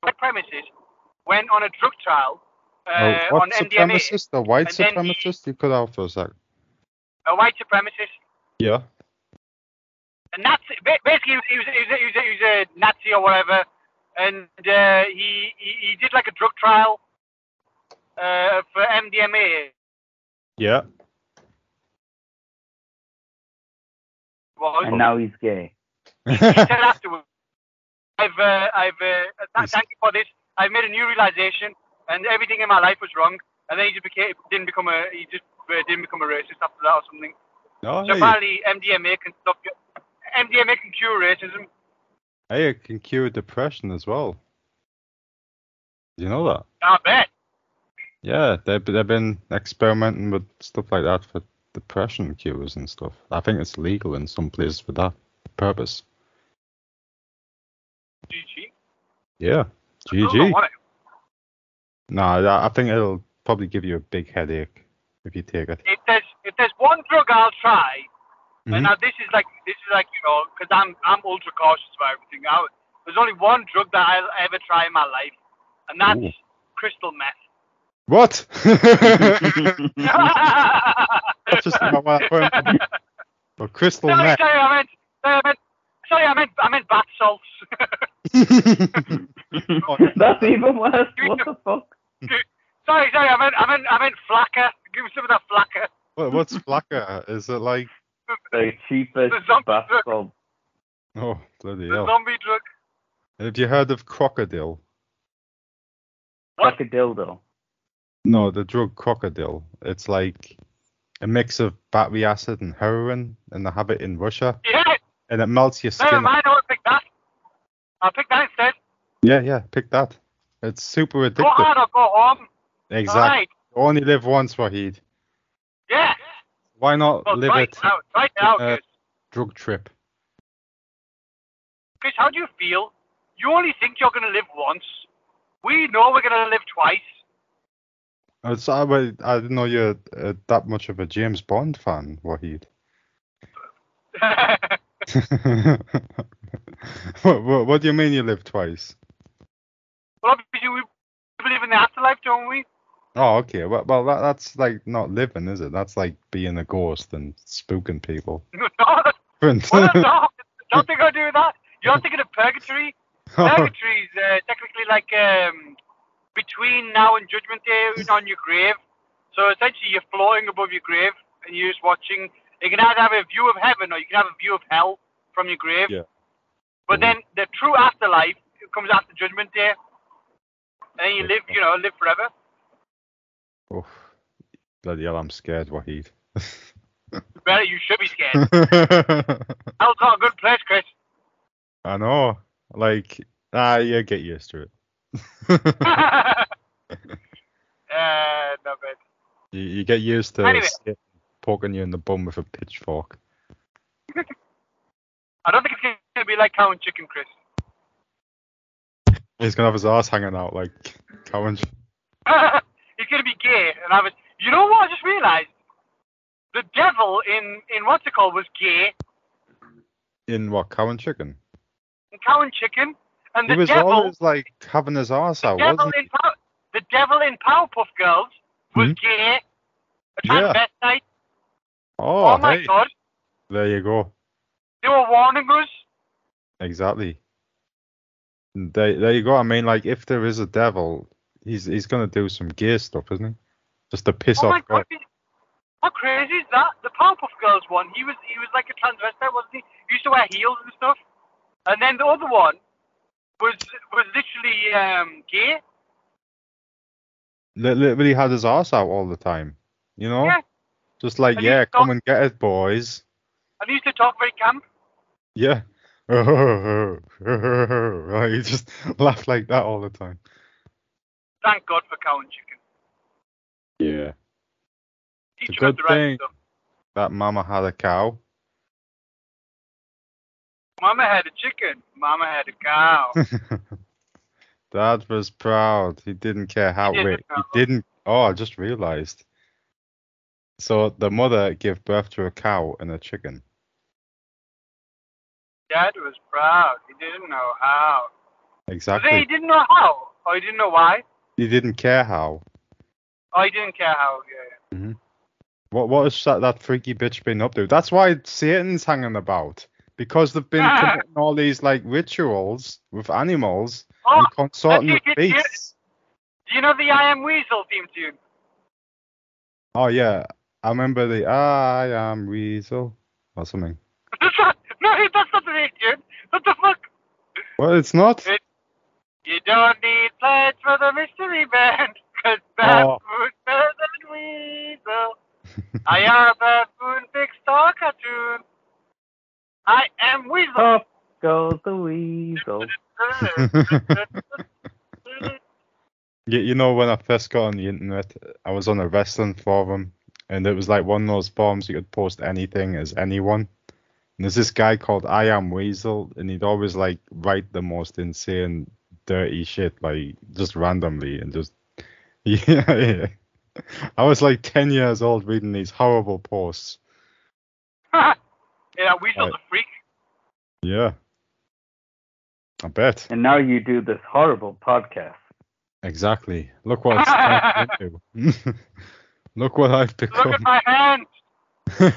Speaker 4: white premises went on a drug trial uh,
Speaker 2: oh, what
Speaker 4: on MDMA.
Speaker 2: supremacist? The white
Speaker 4: and then he-
Speaker 2: supremacist? You cut out for a sec.
Speaker 4: A white supremacist.
Speaker 2: Yeah.
Speaker 4: a Nazi. ba- Basically, he was, he was, he was, he was a Nazi or whatever, and uh, he, he he did like a drug trial uh, for MDMA.
Speaker 2: Yeah.
Speaker 4: Well,
Speaker 3: And now he's gay.
Speaker 4: he said afterwards, "I've uh, I've uh, th- thank you for this. I've made a new realization, and everything in my life was wrong." And then he just became didn't become a he just uh, didn't become a racist after that or something.
Speaker 2: Oh,
Speaker 4: So
Speaker 2: hey.
Speaker 4: apparently, MDMA can stop you. MDMA can cure racism.
Speaker 2: Hey, it can cure depression as well. Did you know that?
Speaker 4: I bet.
Speaker 2: Yeah, they've, they've been experimenting with stuff like that for depression cures and stuff. I think it's legal in some places for that purpose.
Speaker 4: GG.
Speaker 2: Yeah,
Speaker 4: I don't
Speaker 2: GG.
Speaker 4: want it.
Speaker 2: No, I I think it'll probably give you a big headache if you take it.
Speaker 4: if there's if there's one drug I'll try, and
Speaker 2: Mhm.
Speaker 4: now this is like this is like you know because I'm I'm ultra cautious about everything. I, there's only one drug that I'll ever try in my life, and that's
Speaker 2: Ooh.
Speaker 4: crystal meth.
Speaker 2: What?
Speaker 4: That's
Speaker 2: That's just about what I heard. Well, crystal
Speaker 4: sorry,
Speaker 2: meth.
Speaker 4: sorry, I meant, sorry, I meant, sorry, I meant, I meant bath salts.
Speaker 3: That's even worse. What the fuck?
Speaker 4: sorry, sorry, I meant, I meant, I meant flacker. Give me some of that flacker.
Speaker 2: What- What's flacker? Is it like?
Speaker 3: The cheapest
Speaker 4: The zombie
Speaker 3: bath
Speaker 4: drug.
Speaker 3: salts.
Speaker 2: Oh, bloody
Speaker 4: The
Speaker 2: hell.
Speaker 4: zombie drug.
Speaker 2: Have you heard of crocodile?
Speaker 4: What?
Speaker 3: Crocodildo.
Speaker 2: No, the drug crocodile. It's like a mix of battery acid and heroin, and they have it in Russia,
Speaker 4: Yeah,
Speaker 2: and it melts your
Speaker 4: never
Speaker 2: skin.
Speaker 4: mind. I won't pick that. I'll pick that instead.
Speaker 2: Yeah, yeah, pick that. It's super
Speaker 4: Go
Speaker 2: addictive.
Speaker 4: hard or go home.
Speaker 2: Exactly.
Speaker 4: All right.
Speaker 2: Only live once, Wahid.
Speaker 4: Yeah.
Speaker 2: Why not
Speaker 4: Well,
Speaker 2: live
Speaker 4: try
Speaker 2: it
Speaker 4: it out. Try it out,
Speaker 2: Uh,
Speaker 4: Chris.
Speaker 2: drug trip?
Speaker 4: Chris, how do you feel? You only think you're going to live once. We know we're going to live twice.
Speaker 2: I was- Uh, I wa- I didn't know you're uh, that much of a James Bond fan, Wahid. what, what, what do you mean you live twice?
Speaker 4: well, obviously, we believe in the afterlife, don't we?
Speaker 2: Oh, okay. Well, well that, that's like not living, is it? That's like being a ghost and spooking people.
Speaker 4: No, that's Well, no, no, don't think I'll do that. You're thinking of purgatory. Purgatory is uh, technically like um, between now and Judgment Day on your grave. So essentially, you're floating above your grave and you're just watching. You can either have a view of heaven or you can have a view of hell from your grave.
Speaker 2: Yeah.
Speaker 4: But then the true afterlife comes after Judgment Day, and you live, you know, live forever.
Speaker 2: Oof. Bloody hell, I'm scared, Wahid.
Speaker 4: Well, you should be scared. Hell's not a good place, Chris.
Speaker 2: I know. Like, ah, yeah, get used to it.
Speaker 4: uh, no, but
Speaker 2: You, you get used to
Speaker 4: Anyway.
Speaker 2: Satan poking you in the bum with a pitchfork.
Speaker 4: I don't think it's going to be like cow and chicken, Chris.
Speaker 2: He's gonna have his ass hanging out like Cowan.
Speaker 4: He's going to be gay and have a. You know what? I just realised the devil in in what's it called was gay
Speaker 2: In what Cowan chicken?
Speaker 4: in cow and chicken, and
Speaker 2: He
Speaker 4: the
Speaker 2: was
Speaker 4: devil,
Speaker 2: always like having his ass out,
Speaker 4: devil
Speaker 2: wasn't Hmm?
Speaker 4: in Pow- the devil in Powerpuff Girls was gay, a
Speaker 2: Yeah.
Speaker 4: transvestite.
Speaker 2: he?
Speaker 4: Oh,
Speaker 2: Oh,
Speaker 4: my
Speaker 2: hey,
Speaker 4: god!
Speaker 2: there you go.
Speaker 4: They were warning us.
Speaker 2: Exactly. There, there you go. I mean, like, if there is a devil, he's he's gonna do some gay stuff, isn't he? Just to piss
Speaker 4: Oh my
Speaker 2: off.
Speaker 4: god! How crazy is that? The Powerpuff Girls one. He was he was like a transvestite, wasn't he? He used to wear heels and stuff. And then the other one was was literally um, gay.
Speaker 2: Li- Literally had his ass out all the time. You know,
Speaker 4: Yeah.
Speaker 2: just like
Speaker 4: And he's
Speaker 2: yeah,
Speaker 4: got-
Speaker 2: come and get it, boys.
Speaker 4: And he used to talk very camp.
Speaker 2: Yeah. right, you just laugh like that all the time.
Speaker 4: Thank God for cow and chicken.
Speaker 2: Yeah.
Speaker 4: Teach
Speaker 2: It's a
Speaker 4: him
Speaker 2: good
Speaker 4: the right
Speaker 2: thing.
Speaker 4: stuff.
Speaker 2: That mama had a cow.
Speaker 4: Mama had a chicken. Mama had a cow.
Speaker 2: Dad was proud. He didn't care how.
Speaker 4: He didn't
Speaker 2: wait,
Speaker 4: know.
Speaker 2: he didn't. Oh, I just realized. So the mother gave birth to a cow and a chicken.
Speaker 4: Dad was proud. He didn't know how. Was it He
Speaker 2: Exactly.
Speaker 4: didn't know how. Or he didn't know why.
Speaker 2: He didn't care how.
Speaker 4: Or he didn't care how. Yeah.
Speaker 2: What what has that, that freaky bitch been up to? That's why Satan's hanging about because they've been
Speaker 4: Ah.
Speaker 2: committing all these like rituals with animals
Speaker 4: Oh,
Speaker 2: and consorting with
Speaker 4: that's it, yeah.
Speaker 2: beasts.
Speaker 4: do you know the I Am Weasel theme tune?
Speaker 2: Oh yeah, I remember the I am Weasel or something.
Speaker 4: That's not, no, that's not the theme tune. What the fuck?
Speaker 2: Well, it's not.
Speaker 4: It- You don't need plans for the mystery band, cause Baboon
Speaker 2: Oh.
Speaker 4: does the weasel. I am a Baboon big star cartoon. I am Weasel.
Speaker 2: Oh.
Speaker 4: Uh.
Speaker 3: Up goes the weasel.
Speaker 2: You, you know, when I first got on the internet, I was on a wrestling forum, and it was like one of those forums you could post anything as anyone. And there's this guy called I Am Weasel, and he'd always like write the most insane, dirty shit, like just randomly, and just yeah. yeah. I was like 10 years old reading these horrible posts.
Speaker 4: yeah, Weasel's a freak.
Speaker 2: Yeah, I bet
Speaker 3: And now you do this horrible podcast.
Speaker 2: exactly. Look what it's turned into. Look what I've
Speaker 4: Look at
Speaker 2: become.
Speaker 4: my hands.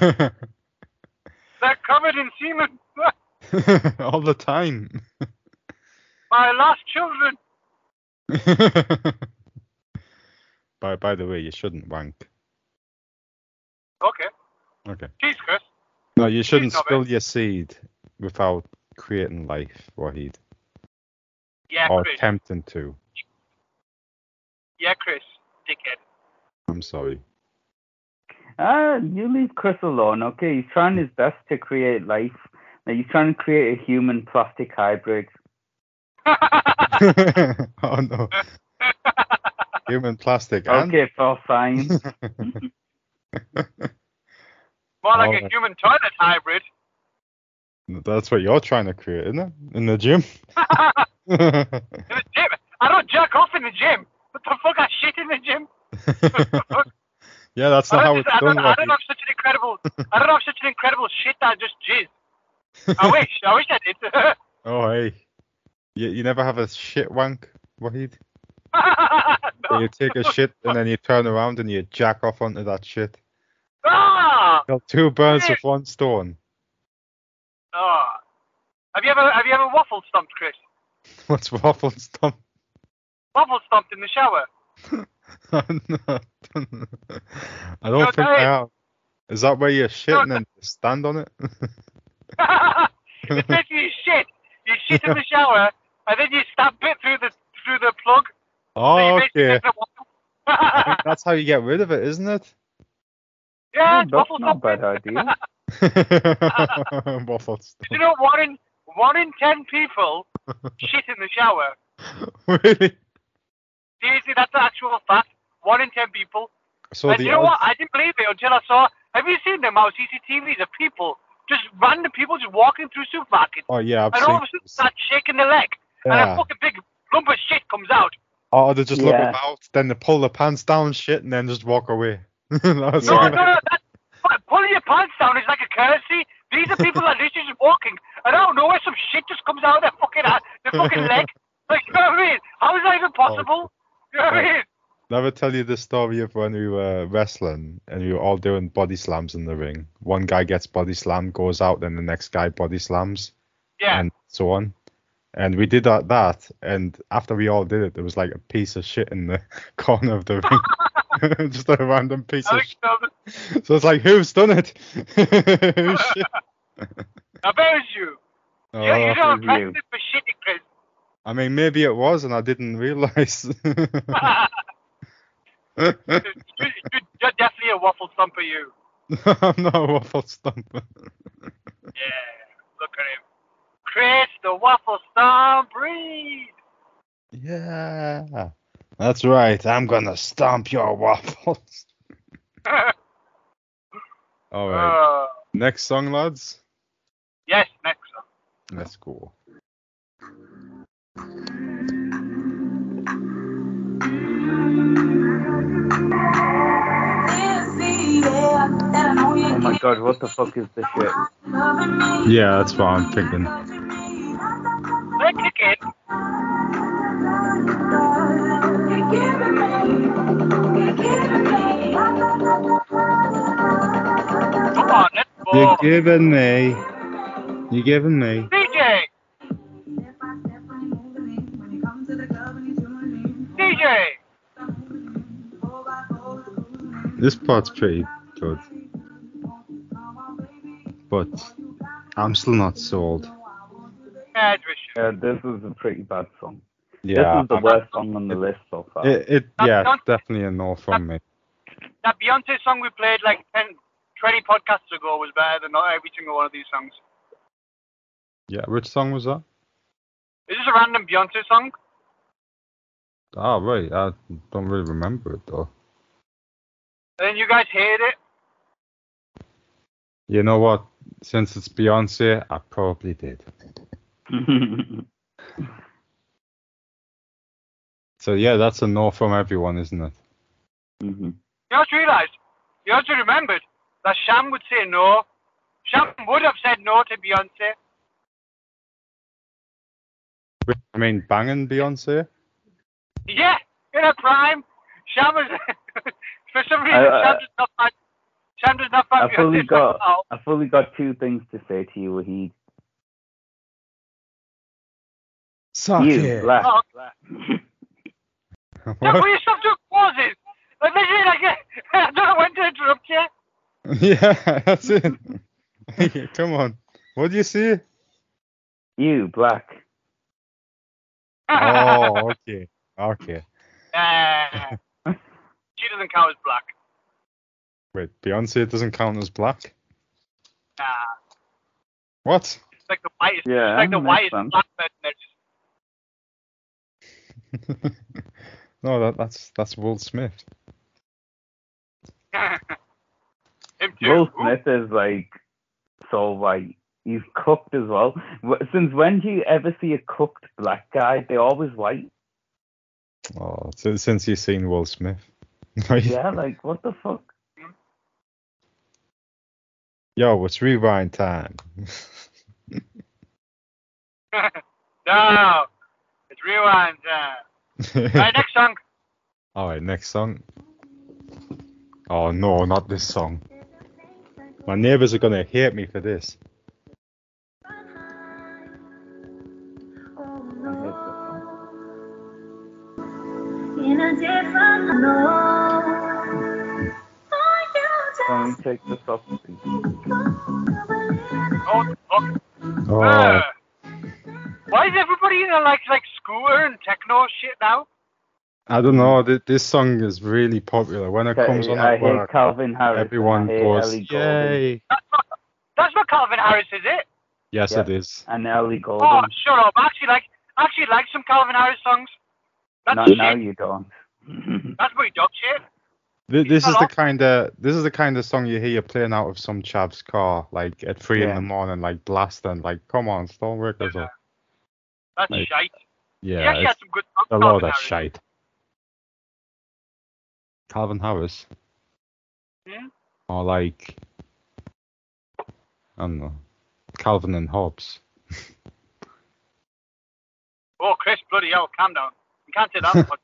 Speaker 4: They're covered in semen.
Speaker 2: all the time.
Speaker 4: my lost children.
Speaker 2: by by the way, you shouldn't wank.
Speaker 4: Okay.
Speaker 2: Okay.
Speaker 4: Jeez, Chris.
Speaker 2: No, you shouldn't
Speaker 4: stop it.
Speaker 2: spill your seed without creating life, Wahid,
Speaker 4: Yeah,
Speaker 2: or
Speaker 4: Chris.
Speaker 2: attempting to.
Speaker 4: Yeah, Chris. Dickhead.
Speaker 2: I'm sorry.
Speaker 3: Ah, you leave Chris alone, okay? He's trying his best to create life. Now you're trying to create a human plastic hybrid.
Speaker 2: oh no. Human plastic. and-
Speaker 3: Okay, for fine.
Speaker 4: More like a
Speaker 2: Alright.
Speaker 4: human toilet hybrid.
Speaker 2: That's what you're trying to create, isn't it? In the gym.
Speaker 4: In the gym. I don't jerk off in the gym. What the fuck? I shit in the gym.
Speaker 2: yeah, that's
Speaker 4: I
Speaker 2: not how
Speaker 4: don't,
Speaker 2: it's
Speaker 4: just- I
Speaker 2: done.
Speaker 4: don't, I don't
Speaker 2: Rocky.
Speaker 4: have such an incredible. I don't have such an incredible shit that I just jizz. I wish. I wish I did.
Speaker 2: Oh hey, you, you never have a shit wank, Wahid.
Speaker 4: No.
Speaker 2: Where you take a shit and then you turn around and you jack off onto that shit.
Speaker 4: Ah!
Speaker 2: Kill Two birds
Speaker 4: Yeah.
Speaker 2: with one stone.
Speaker 4: Ah. Have you ever have you ever waffle stomped, Chris?
Speaker 2: What's waffle stomp?
Speaker 4: Waffle stomped in the shower.
Speaker 2: I don't
Speaker 4: No,
Speaker 2: think I
Speaker 4: Dave.
Speaker 2: have. Is that where you shit
Speaker 4: No,
Speaker 2: and then you stand on it?
Speaker 4: it's basically you shit. You shit in the shower, and then you stab it through the through the plug. so you
Speaker 2: oh,
Speaker 4: basically
Speaker 2: okay.
Speaker 4: get the
Speaker 2: I think
Speaker 4: waffle.
Speaker 2: that's how you get rid of it, isn't it?
Speaker 4: yeah, it's
Speaker 3: That's
Speaker 4: waffle
Speaker 3: not a
Speaker 4: stomped.
Speaker 3: bad idea.
Speaker 2: waffle stomp.
Speaker 4: You know, one in one in ten people shit in the shower.
Speaker 2: really?
Speaker 4: Seriously, that's an actual fact. One in ten people.
Speaker 2: So
Speaker 4: and
Speaker 2: the
Speaker 4: you know what?
Speaker 2: odds-
Speaker 4: I didn't believe it until I saw. Have you seen them out CCTVs of people, just random people just walking through supermarkets,
Speaker 2: Oh yeah, I've
Speaker 4: and all of a sudden
Speaker 2: seen.
Speaker 4: start shaking their leg, and a
Speaker 2: Yeah.
Speaker 4: fucking big lump of shit comes out.
Speaker 2: Or they just look
Speaker 3: Yeah.
Speaker 2: about, then they pull their pants down, shit, and then just walk away. That's
Speaker 4: No,
Speaker 2: all.
Speaker 4: no, no, that's pu- pulling your pants down is like a courtesy. These are people that are literally just walking, and out of nowhere some shit just comes out of their fucking a- their fucking leg. Like, you know what I mean? How is that even possible? You know what I
Speaker 2: Oh.
Speaker 4: mean?
Speaker 2: Never tell you the story of when we were wrestling and we were all doing body slams in the ring. One guy gets body slammed, goes out, then the next guy body slams,
Speaker 4: Yeah.
Speaker 2: and so on. And we did that, that, and after we all did it, there was like a piece of shit in the corner of the ring, just a random piece
Speaker 4: I
Speaker 2: of.
Speaker 4: think
Speaker 2: Shit.
Speaker 4: so.
Speaker 2: So it's like, who's done it? Who's shit?
Speaker 4: I bet it was you.
Speaker 2: Oh,
Speaker 4: you, you don't
Speaker 3: you.
Speaker 4: have for shit, Chris.
Speaker 2: I mean, maybe it was, and I didn't realize.
Speaker 4: you, you- you're definitely a waffle stomper, you.
Speaker 2: I'm not a waffle stomper.
Speaker 4: Yeah, look at him. Chris, the waffle stomp, breed.
Speaker 2: Yeah. That's right. I'm gonna stomp your waffles. All right.
Speaker 4: Uh,
Speaker 2: Next song, lads.
Speaker 4: yes, next. one.
Speaker 2: Let's go.
Speaker 3: Oh my god, what the fuck is this shit?
Speaker 2: Yeah, that's what I'm thinking.
Speaker 4: They kick it. Come on, let's go.
Speaker 2: You're giving me. You're giving me.
Speaker 4: DJ, DJ.
Speaker 2: This part's pretty good, but I'm still not sold.
Speaker 4: Yeah, it's with you.
Speaker 3: Yeah, Uh, this is a pretty bad song.
Speaker 2: Yeah.
Speaker 3: this is the
Speaker 2: I'm-
Speaker 3: worst song on the list so far.
Speaker 2: It, it
Speaker 4: That-
Speaker 2: yeah,
Speaker 4: that-
Speaker 2: it's definitely a no from me.
Speaker 4: That Beyonce song we played like 10, 20 podcasts ago was better than not every single one of these songs.
Speaker 2: Yeah, which song was that?
Speaker 4: Is this a random Beyonce song?
Speaker 2: Ah, right. I don't really remember it though.
Speaker 4: And then you guys hated it?
Speaker 2: You know what? Since it's Beyonce, I probably did.
Speaker 3: Mm-hmm.
Speaker 2: So yeah, that's a no from everyone, isn't it?
Speaker 3: Mhm.
Speaker 4: You also realised, you also remembered that Sham would say no. Sham would have said no to Beyonce.
Speaker 2: I mean, banging Beyonce.
Speaker 4: Yeah, in her prime, Sham is. for some reason,
Speaker 3: I- I-
Speaker 4: Sham does not find. Sham does not find
Speaker 3: I fully
Speaker 4: Beyonce
Speaker 3: got
Speaker 4: somehow.
Speaker 3: I fully got two things to say to you, Wahid.
Speaker 2: Suck
Speaker 3: You black.
Speaker 4: Oh, yeah, will you stop doing pauses? Like, literally, like, I don't know when to interrupt you.
Speaker 2: yeah, that's it. Come on. What do you see?
Speaker 3: You black.
Speaker 2: Oh, okay. Okay.
Speaker 4: Yeah. she doesn't count as black.
Speaker 2: Wait, Beyonce doesn't count as black?
Speaker 4: Nah,
Speaker 2: What?
Speaker 4: it's like the whitest.
Speaker 3: Yeah,
Speaker 4: it's like the
Speaker 3: makes
Speaker 4: whitest
Speaker 3: sense.
Speaker 4: black person. that's-
Speaker 2: No, that, that's that's Will Smith.
Speaker 4: Him too.
Speaker 3: Will Smith is like so like he's cooked as well. Wh- Since when do you ever see a cooked black guy? They're always white.
Speaker 2: Oh, so, since you've seen Will Smith.
Speaker 3: Yeah, like what the fuck?
Speaker 2: Yo, it's rewind time.
Speaker 4: No, it's rewind time. Right, next song.
Speaker 2: All right, next song. Oh no, not this song. My neighbors are gonna hate me for this.
Speaker 9: In a different world.
Speaker 3: Let me take this off.
Speaker 4: Oh, oh,
Speaker 2: Oh,
Speaker 4: uh. Why is everybody in a, like like scooter and techno shit now?
Speaker 2: I don't know. th- This song is really popular. When it comes on
Speaker 3: Mm. I
Speaker 2: at
Speaker 3: hate
Speaker 2: work,
Speaker 3: Calvin Harris.
Speaker 2: everyone
Speaker 3: and I hate
Speaker 2: goes,
Speaker 3: Ellie Goulding,
Speaker 2: "Yay!"
Speaker 4: That's not Calvin Harris, is it?
Speaker 2: Yes, it is.
Speaker 3: and Ellie Golden.
Speaker 4: Oh, shut up. I actually like I actually like some Calvin Harris songs. That's
Speaker 3: Not
Speaker 4: shit.
Speaker 3: now you don't.
Speaker 4: That's pretty dog shit.
Speaker 2: Th- This is
Speaker 4: Hello?
Speaker 2: the kind of this is the kind of song you hear playing out of some chav's car, like at three in
Speaker 3: Yeah.
Speaker 2: the morning, like blasting, like "Come on, Stormworkers." Or,
Speaker 4: That's
Speaker 2: Like,
Speaker 4: shite. he
Speaker 2: yeah,
Speaker 4: actually
Speaker 2: it's
Speaker 4: had some good songs.
Speaker 2: a
Speaker 4: Calvin
Speaker 2: lot of
Speaker 4: Harris.
Speaker 2: shite. Calvin Harris.
Speaker 4: Hmm?
Speaker 2: Or like I don't know. Calvin and Hobbes.
Speaker 4: Oh, Chris, bloody hell, calm down. You can't say that one.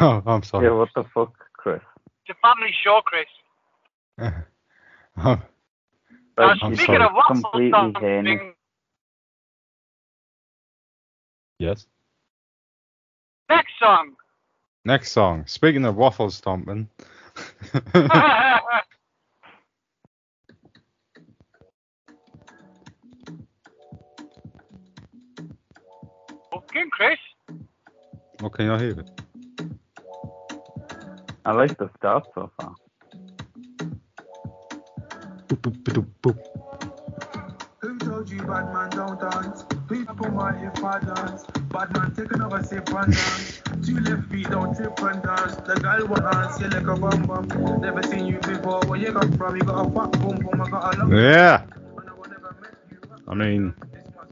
Speaker 2: oh, I'm
Speaker 3: yeah,
Speaker 2: sorry.
Speaker 3: what the fuck, Chris?
Speaker 4: It's a family show, Chris.
Speaker 2: Um,
Speaker 4: Now,
Speaker 3: Like,
Speaker 2: I'm
Speaker 4: speaking
Speaker 2: sorry.
Speaker 4: of waffle
Speaker 3: Completely heinous.
Speaker 4: something,
Speaker 2: yes.
Speaker 4: next song.
Speaker 2: Next song. Speaking of waffle stomping.
Speaker 4: That's Fucking Chris.
Speaker 2: what can you hear it?
Speaker 3: I like the start so far.
Speaker 2: Boop, boop, boop, boop.
Speaker 7: Who told you bad man don't dance? People might if I dance. Bad man take another sip and dance. Two left feet don't trip and dance. The girl want dance, you like a bum bum. Never seen you before, where you come from? You got a fat boom boom, I got a lump.
Speaker 2: Yeah.
Speaker 7: And I will never met you.
Speaker 2: I mean,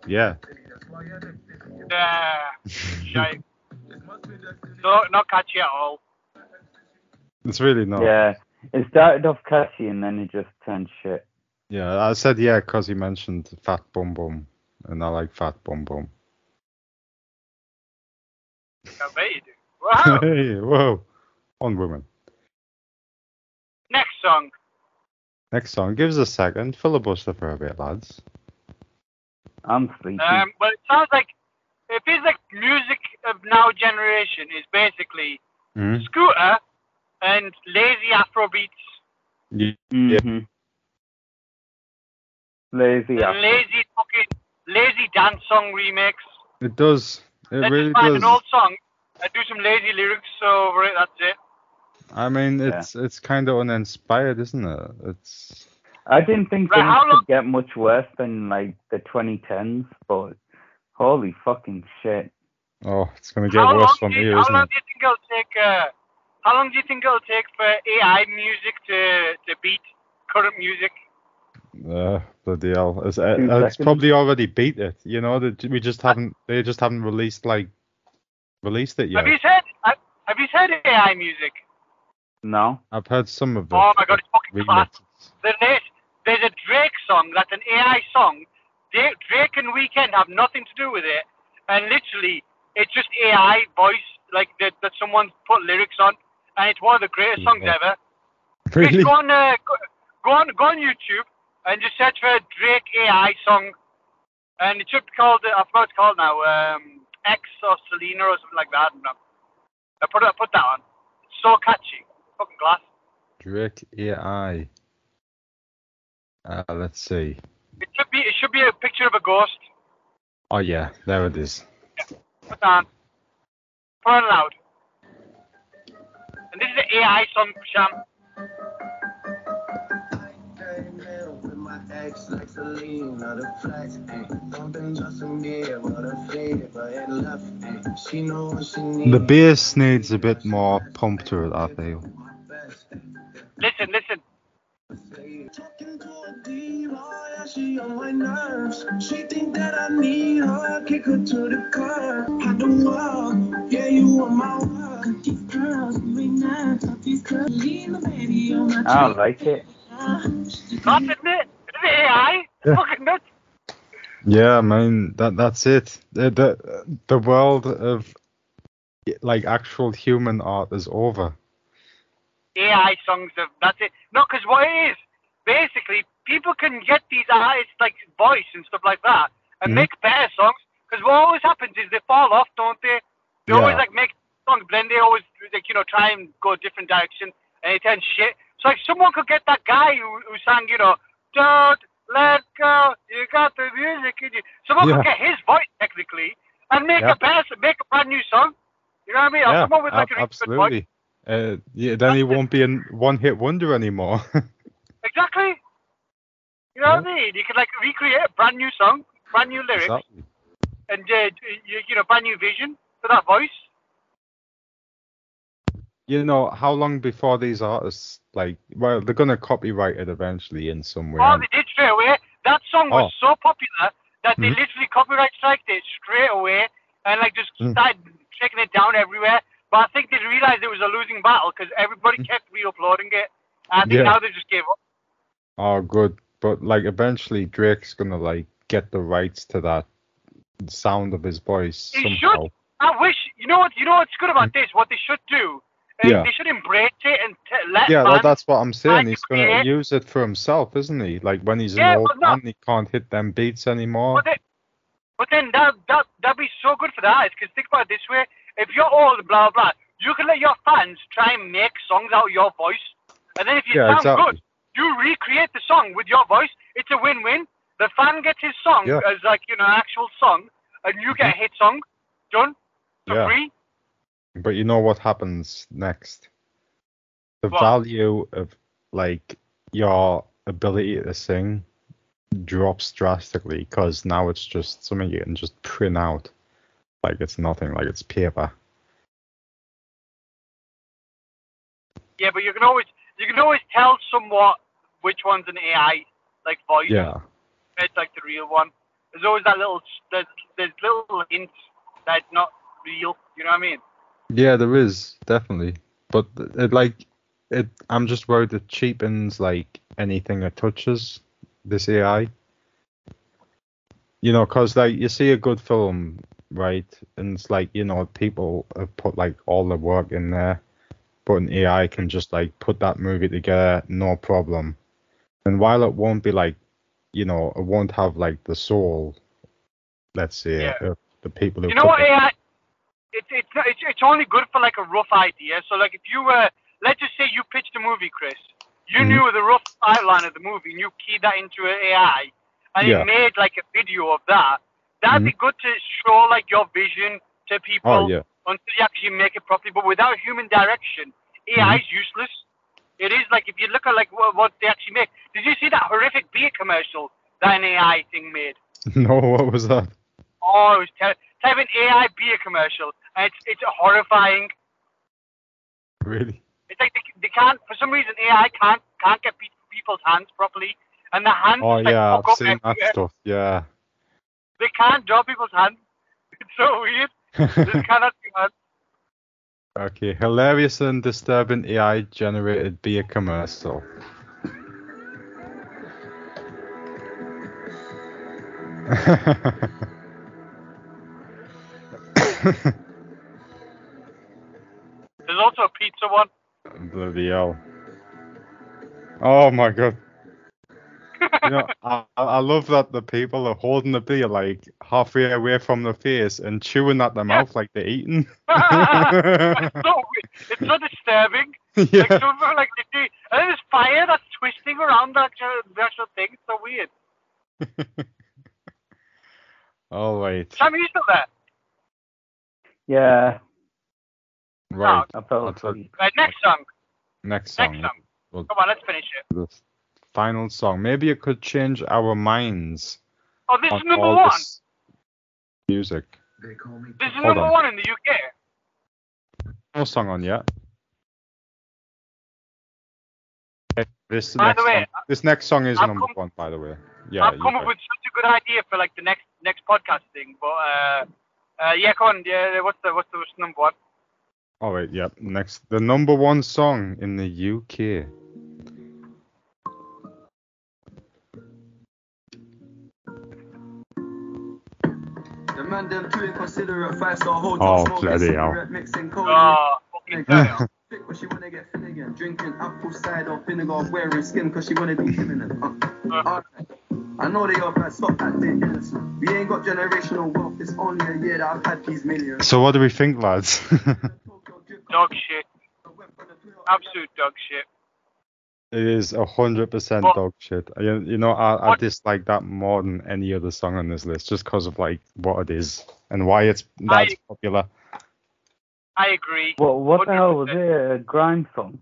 Speaker 2: yeah.
Speaker 7: That's why you're lifting.
Speaker 4: Yeah. Shite.
Speaker 7: It must be destiny.
Speaker 4: So, not catchy at all.
Speaker 2: It's really not.
Speaker 3: Yeah, it started off catchy and then it just turned shit.
Speaker 2: Yeah, I said yeah because he mentioned Fat Bum Bum, and I like Fat Bum Bum.
Speaker 4: I bet you do. Wow.
Speaker 2: hey, whoa, on women.
Speaker 4: next song.
Speaker 2: Next song, give us a second, filibuster for a bit, lads.
Speaker 3: I'm sleepy.
Speaker 4: Um, well, it sounds like it feels like music of now generation is basically
Speaker 2: Mm?
Speaker 4: scooter and lazy Afro beats
Speaker 2: Mm-hmm.
Speaker 3: Mhm. Lazy
Speaker 4: and
Speaker 3: ass.
Speaker 4: lazy fucking lazy dance song remix.
Speaker 2: It does. It
Speaker 4: Let's
Speaker 2: really
Speaker 4: just find
Speaker 2: does.
Speaker 4: an old song and do some lazy lyrics over it. That's it.
Speaker 2: I mean, it's it's kind of uninspired, isn't it? It's
Speaker 3: I didn't think
Speaker 4: Right,
Speaker 3: things
Speaker 4: how long-
Speaker 3: could get much worse than like the 2010s, but holy fucking shit!
Speaker 2: oh, it's gonna get
Speaker 4: how
Speaker 2: worse
Speaker 4: long
Speaker 2: from
Speaker 4: do you,
Speaker 2: here,
Speaker 4: how
Speaker 2: isn't
Speaker 4: long
Speaker 2: it?
Speaker 4: do you think it'll take? Uh, how long do you think it'll take for AI music to to beat current music?
Speaker 2: Yeah, Ah, bloody hell. It's, uh,
Speaker 3: Two
Speaker 2: it's
Speaker 3: seconds.
Speaker 2: probably already beat it. You know, that we just haven't. They just haven't released like released it yet.
Speaker 4: Have you said? Have, have you said AI music?
Speaker 3: No,
Speaker 2: I've heard some of it.
Speaker 4: Oh my god, it's fucking class.
Speaker 2: remixes.
Speaker 4: The next, there's a Drake song that's an AI song. Da- Drake and Weekend have nothing to do with it, and literally, it's just AI voice like that, that someone's put lyrics on, and it's one of the greatest songs
Speaker 2: Yeah.
Speaker 4: ever.
Speaker 2: Really?
Speaker 4: Just go on, uh, go, go on, go on YouTube, and just search for a Drake AI song, and it should be called. uh, I forgot what it's called now. Um, X or Selena or something like that. I don't know. I put I put that on. It's so catchy. Fucking glass.
Speaker 2: Drake AI. Uh, let's see.
Speaker 4: It should be it should be a picture of a ghost.
Speaker 2: Oh yeah, there it is.
Speaker 4: Put on. Put on loud. And this is the AI song, Sham.
Speaker 7: Came out with my hot ex like Selena, the flex, ayy. Something just in gear, but a fade, but it left, ayy. She know what she needs.
Speaker 2: The bass needs a bit more pump to it, I feel.
Speaker 4: Listen, listen.
Speaker 7: Talking to a diva, yeah, she on my nerves. She think that I need her, kick her to the curb. I don't walk, yeah, you on my work. These girls, we not talk these girls. Lean the baby on my
Speaker 3: I don't like it.
Speaker 4: Nuts, isn't it? Is it AI?
Speaker 2: Yeah.
Speaker 4: Fucking nuts.
Speaker 2: Yeah, I mean that that's it. The, the the world of like actual human art is over.
Speaker 4: AI songs of that's it. No, because what it is basically people can get these artists like voice and stuff like that and
Speaker 2: Mhm.
Speaker 4: make better songs. Because what always happens is they fall off, don't they? They always
Speaker 2: Yeah.
Speaker 4: like make songs, but then they always like you know try and go a different direction and it turns shit. So like someone could get that guy who, who sang you know don't let go, you got the music in you. Someone could
Speaker 2: Yeah.
Speaker 4: get his voice technically and make
Speaker 2: Yeah.
Speaker 4: a better, make a brand new song. You know what I mean? Or
Speaker 2: yeah,
Speaker 4: someone with like
Speaker 2: ab-
Speaker 4: a really good voice.
Speaker 2: absolutely. Uh, yeah, then he won't be a one-hit wonder anymore.
Speaker 4: Exactly. You know what I mean? You could like recreate a brand new song, brand new lyrics,
Speaker 2: exactly.
Speaker 4: and uh, you, you know, brand new vision for that voice.
Speaker 2: You know, how long before these artists like? Well, they're gonna copyright it eventually in some way.
Speaker 4: Oh, they did straight away. That song was
Speaker 2: Oh.
Speaker 4: so popular that they
Speaker 2: Mhm.
Speaker 4: literally copyright striked it straight away and like just
Speaker 2: Mm.
Speaker 4: started taking it down everywhere. But I think they realized it was a losing battle because everybody kept re-uploading it. I think
Speaker 2: Hmm. Yeah.
Speaker 4: now they just gave up.
Speaker 2: Oh, good. But like, eventually Drake's gonna like get the rights to that sound of his voice
Speaker 4: He should.
Speaker 2: somehow.
Speaker 4: I wish you know what you know what's good about this. What they should do, is
Speaker 2: Hmm. Yeah.
Speaker 4: they should embrace it and t- let
Speaker 2: Yeah,
Speaker 4: fans
Speaker 2: that, that's what I'm saying.
Speaker 4: Like,
Speaker 2: He's gonna
Speaker 4: yeah.
Speaker 2: use it for himself, isn't he? Like when he's
Speaker 4: Yeah,
Speaker 2: an old
Speaker 4: but no-
Speaker 2: man, he can't hit them beats anymore.
Speaker 4: But then, but then that that that'd be so good for the artist. Because think about it this way: if you're old, blah blah, you can let your fans try and make songs out of your voice, and then if you
Speaker 2: Yeah,
Speaker 4: sound
Speaker 2: exactly.
Speaker 4: good, you recreate the song with your voice. It's a win-win. The fan gets his song
Speaker 2: Yeah. Mm-hmm.
Speaker 4: as like you know an actual song, and you get a hit song done for
Speaker 2: Yeah.
Speaker 4: free.
Speaker 2: But you know what happens next? The
Speaker 4: What?
Speaker 2: value of like your ability to sing drops drastically because now it's just something you can just print out. Like it's nothing, like it's paper.
Speaker 4: Yeah, but you can always you can always tell somewhat which one's an AI like voice.
Speaker 2: Yeah.
Speaker 4: compared to like the real one. There's always that little there's, there's little hint that it's not real. You know what I mean?
Speaker 2: Yeah, there is definitely, but it like it. I'm just worried it cheapens like anything it touches. This AI, you know, because like you see a good film, right, and it's like you know people have put like all the work in there, but an AI can just like put that movie together, no problem. And while it won't be like, you know, it won't have like the soul, let's say,
Speaker 4: Yeah.
Speaker 2: of the people who
Speaker 4: You know
Speaker 2: put
Speaker 4: what?
Speaker 2: the-
Speaker 4: AI, it's it's not- it's it's only good for like a rough idea. So like if you were let's just say you pitched a movie, Chris. You
Speaker 2: Mhm.
Speaker 4: knew the rough outline of the movie, and you keyed that into an AI, and
Speaker 2: Yeah. Mm-hmm.
Speaker 4: it made like a video of that. That'd be good to show like your vision to people
Speaker 2: Oh yeah,
Speaker 4: until you actually make it properly. But without human direction, AI
Speaker 2: Mm-hmm.
Speaker 4: is useless. It is like if you look at like what, what they actually make. Did you see that horrific beer commercial that an AI thing made?
Speaker 2: no, what was that?
Speaker 4: Oh, it was ter- type in AI beer commercial, and it's it's horrifying.
Speaker 2: Really?
Speaker 4: It's like they, they can't for some reason AI can't can't get pe- people's hands properly, and the hands
Speaker 2: Oh
Speaker 4: just, like,
Speaker 2: yeah,
Speaker 4: fuck
Speaker 2: I've
Speaker 4: up
Speaker 2: seen that
Speaker 4: everywhere.
Speaker 2: stuff. Yeah.
Speaker 4: They can't draw people's hands. It's so weird. They cannot do hands.
Speaker 2: okay, hilarious and disturbing AI generated beer commercial.
Speaker 4: There's also a pizza one.
Speaker 2: Bloody hell. Oh my god. You know, I, I I love that the people are holding the beer like halfway away from the face and chewing at the mouth like they're eating.
Speaker 4: it's so weird. It's so disturbing. Like
Speaker 2: yeah.
Speaker 4: some of them, like they do, and then there's fire that's twisting around the actual, the actual thing. It's so weird.
Speaker 2: All right.
Speaker 4: Sam, are you still there?
Speaker 3: Yeah,
Speaker 2: Right.
Speaker 3: I fell
Speaker 2: That's a-
Speaker 3: asleep.
Speaker 4: Right, next song.
Speaker 2: Next
Speaker 4: Next
Speaker 2: song.
Speaker 4: song.
Speaker 2: Well-
Speaker 4: Come on, let's finish it.
Speaker 2: This final song. Maybe it could change our minds.
Speaker 4: Oh, this
Speaker 2: on
Speaker 4: is number
Speaker 2: all
Speaker 4: one.
Speaker 2: this music.
Speaker 6: They call me
Speaker 4: This is
Speaker 2: Hold
Speaker 4: number
Speaker 2: on.
Speaker 4: one in the UK.
Speaker 2: No song on yet. Okay, This
Speaker 4: By
Speaker 2: next
Speaker 4: the way,
Speaker 2: song. This next song is
Speaker 4: I've
Speaker 2: number
Speaker 4: come-
Speaker 2: one, by the way. Yeah.
Speaker 4: I've come
Speaker 2: yeah.
Speaker 4: up with such a good idea for like the next next podcast thing, but uh, uh, yeah, go on. Yeah, what's the what's the what's the number one?
Speaker 2: All right, yep. Next, the number one song in the UK.
Speaker 7: The man them too inconsiderate, five star
Speaker 2: Oh,
Speaker 7: hotel, smoking
Speaker 2: bloody hell.
Speaker 7: cigarette, mixing cold.
Speaker 4: Oh, fucking hell.
Speaker 7: Thick, but she wanna get thin again. Drinking apple cider vinegar, wearing skin, cause she wanna be feminine. Uh, alright. I know they are bad, stop acting innocent. We ain't got generational wealth, it's only a year that I've had these millions.
Speaker 2: So, what do we think, lads?
Speaker 4: dog shit, absolute dog shit.
Speaker 2: it is a hundred percent
Speaker 4: Well-
Speaker 2: dog shit. You, you know, I, I
Speaker 4: What-
Speaker 2: dislike that more than any other song on this list, just because of like what it is and why it's that's
Speaker 4: I-
Speaker 2: popular.
Speaker 4: I agree.
Speaker 3: Well, what the hell was
Speaker 4: 100%.
Speaker 3: it? A grime song?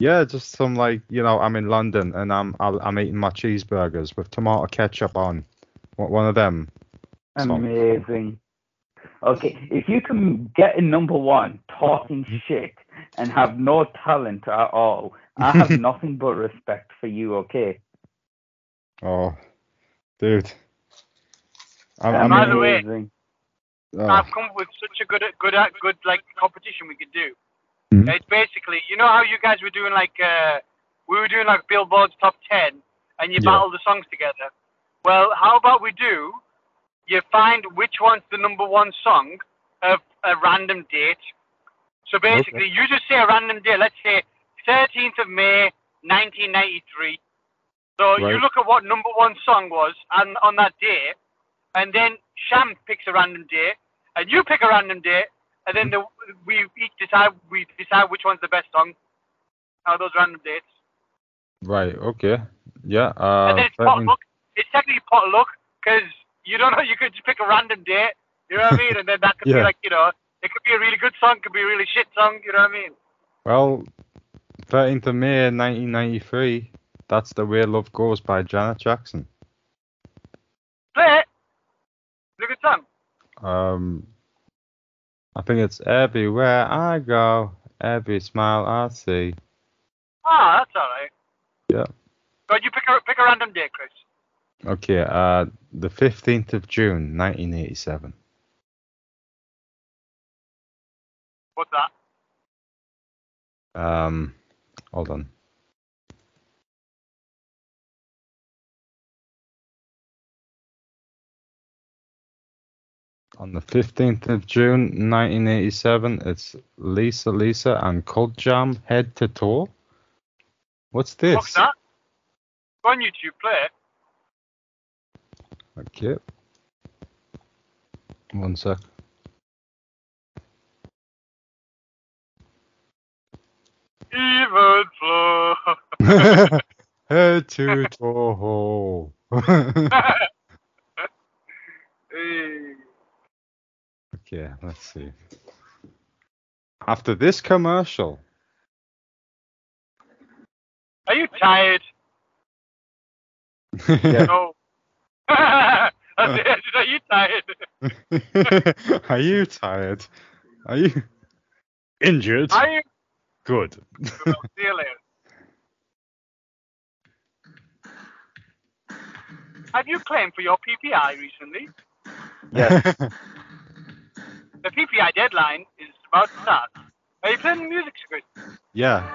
Speaker 2: Yeah, just some like you know, I'm in London and I'm I'll, I'm eating my cheeseburgers with tomato ketchup on. What one of them? songs.
Speaker 3: Amazing. Okay, if you can get in number one talking
Speaker 2: Mm-hmm.
Speaker 3: shit and have no talent at all, I have nothing but respect for you. Okay.
Speaker 2: Oh, dude. I'm,
Speaker 3: Amazing.
Speaker 2: I'm
Speaker 4: By the way-
Speaker 2: oh,
Speaker 4: I've come up with such a good, good, uh, good like competition we could do.
Speaker 2: Mhm.
Speaker 4: It's basically, you know how you guys were doing like, uh, we were doing like Billboard's top ten, and you
Speaker 2: Yeah.
Speaker 4: battle the songs together. Well, how about we do? You find which one's the number one song of a random date. So basically, you just say a random date. Let's say 13th of May, 1993. So you
Speaker 2: Right.
Speaker 4: look at what number one song was, and on that day, and then Sham picks a random day, and you pick a random day, and then the, we each decide we decide which one's the best song. Out of those random dates,
Speaker 2: right. Okay. Yeah. Uh,
Speaker 4: and then it's
Speaker 2: 13
Speaker 4: potluck. It's technically potluck because you don't know. You could just pick a random date. You know what I mean? And then that could be
Speaker 2: Yeah.
Speaker 4: like you know, it could be a really good song, could be a really shit song. You know what I mean?
Speaker 2: Well, 13th of May 1993, that's the way love goes by Janet Jackson.
Speaker 4: Play it. It's a good song.
Speaker 2: Um, I think it's everywhere I go, every smile I see.
Speaker 4: Ah, that's all right.
Speaker 2: Yeah.
Speaker 4: But you pick a pick a random date, Chris.
Speaker 2: Okay. Uh, the 15th of June 1987.
Speaker 4: What's that?
Speaker 2: Um, hold on. On the 15th of June 1987, it's Lisa Lisa and Cold Jam Head to Toe. What's this?
Speaker 4: What's that? Go on YouTube, play it.
Speaker 2: Okay. One sec.
Speaker 4: Even flow.
Speaker 2: Head to toe.
Speaker 4: Eh.
Speaker 2: okay, let's see. After this commercial,
Speaker 4: Are you tired? No. I said, Are you tired?
Speaker 2: Are you tired? Are you injured?
Speaker 4: Are you?
Speaker 2: Good.
Speaker 4: Well, See you later. Have you claimed for your PPI recently?
Speaker 3: Yes.
Speaker 4: The PPI deadline is about to start. Are you playing the music screen?
Speaker 2: yeah.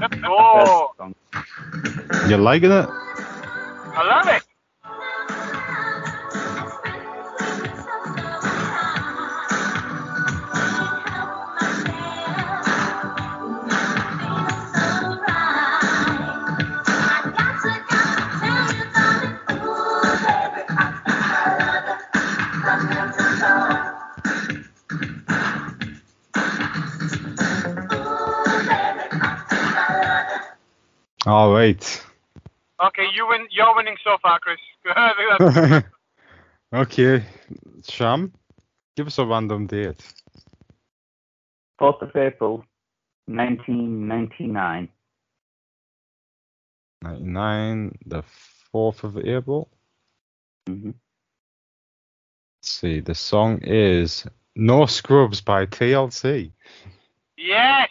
Speaker 4: Let's go.
Speaker 3: Best song.
Speaker 2: You liking it?
Speaker 4: I love it.
Speaker 9: I
Speaker 2: All right.
Speaker 4: Okay, you win. You're winning so far, Chris. I think that's-
Speaker 2: okay, Sham, give us a random date.
Speaker 3: 4th of April, 1999.
Speaker 2: 99, the 4th of April.
Speaker 3: Mhm.
Speaker 2: Let's see, the song is No Scrubs by TLC.
Speaker 4: yes.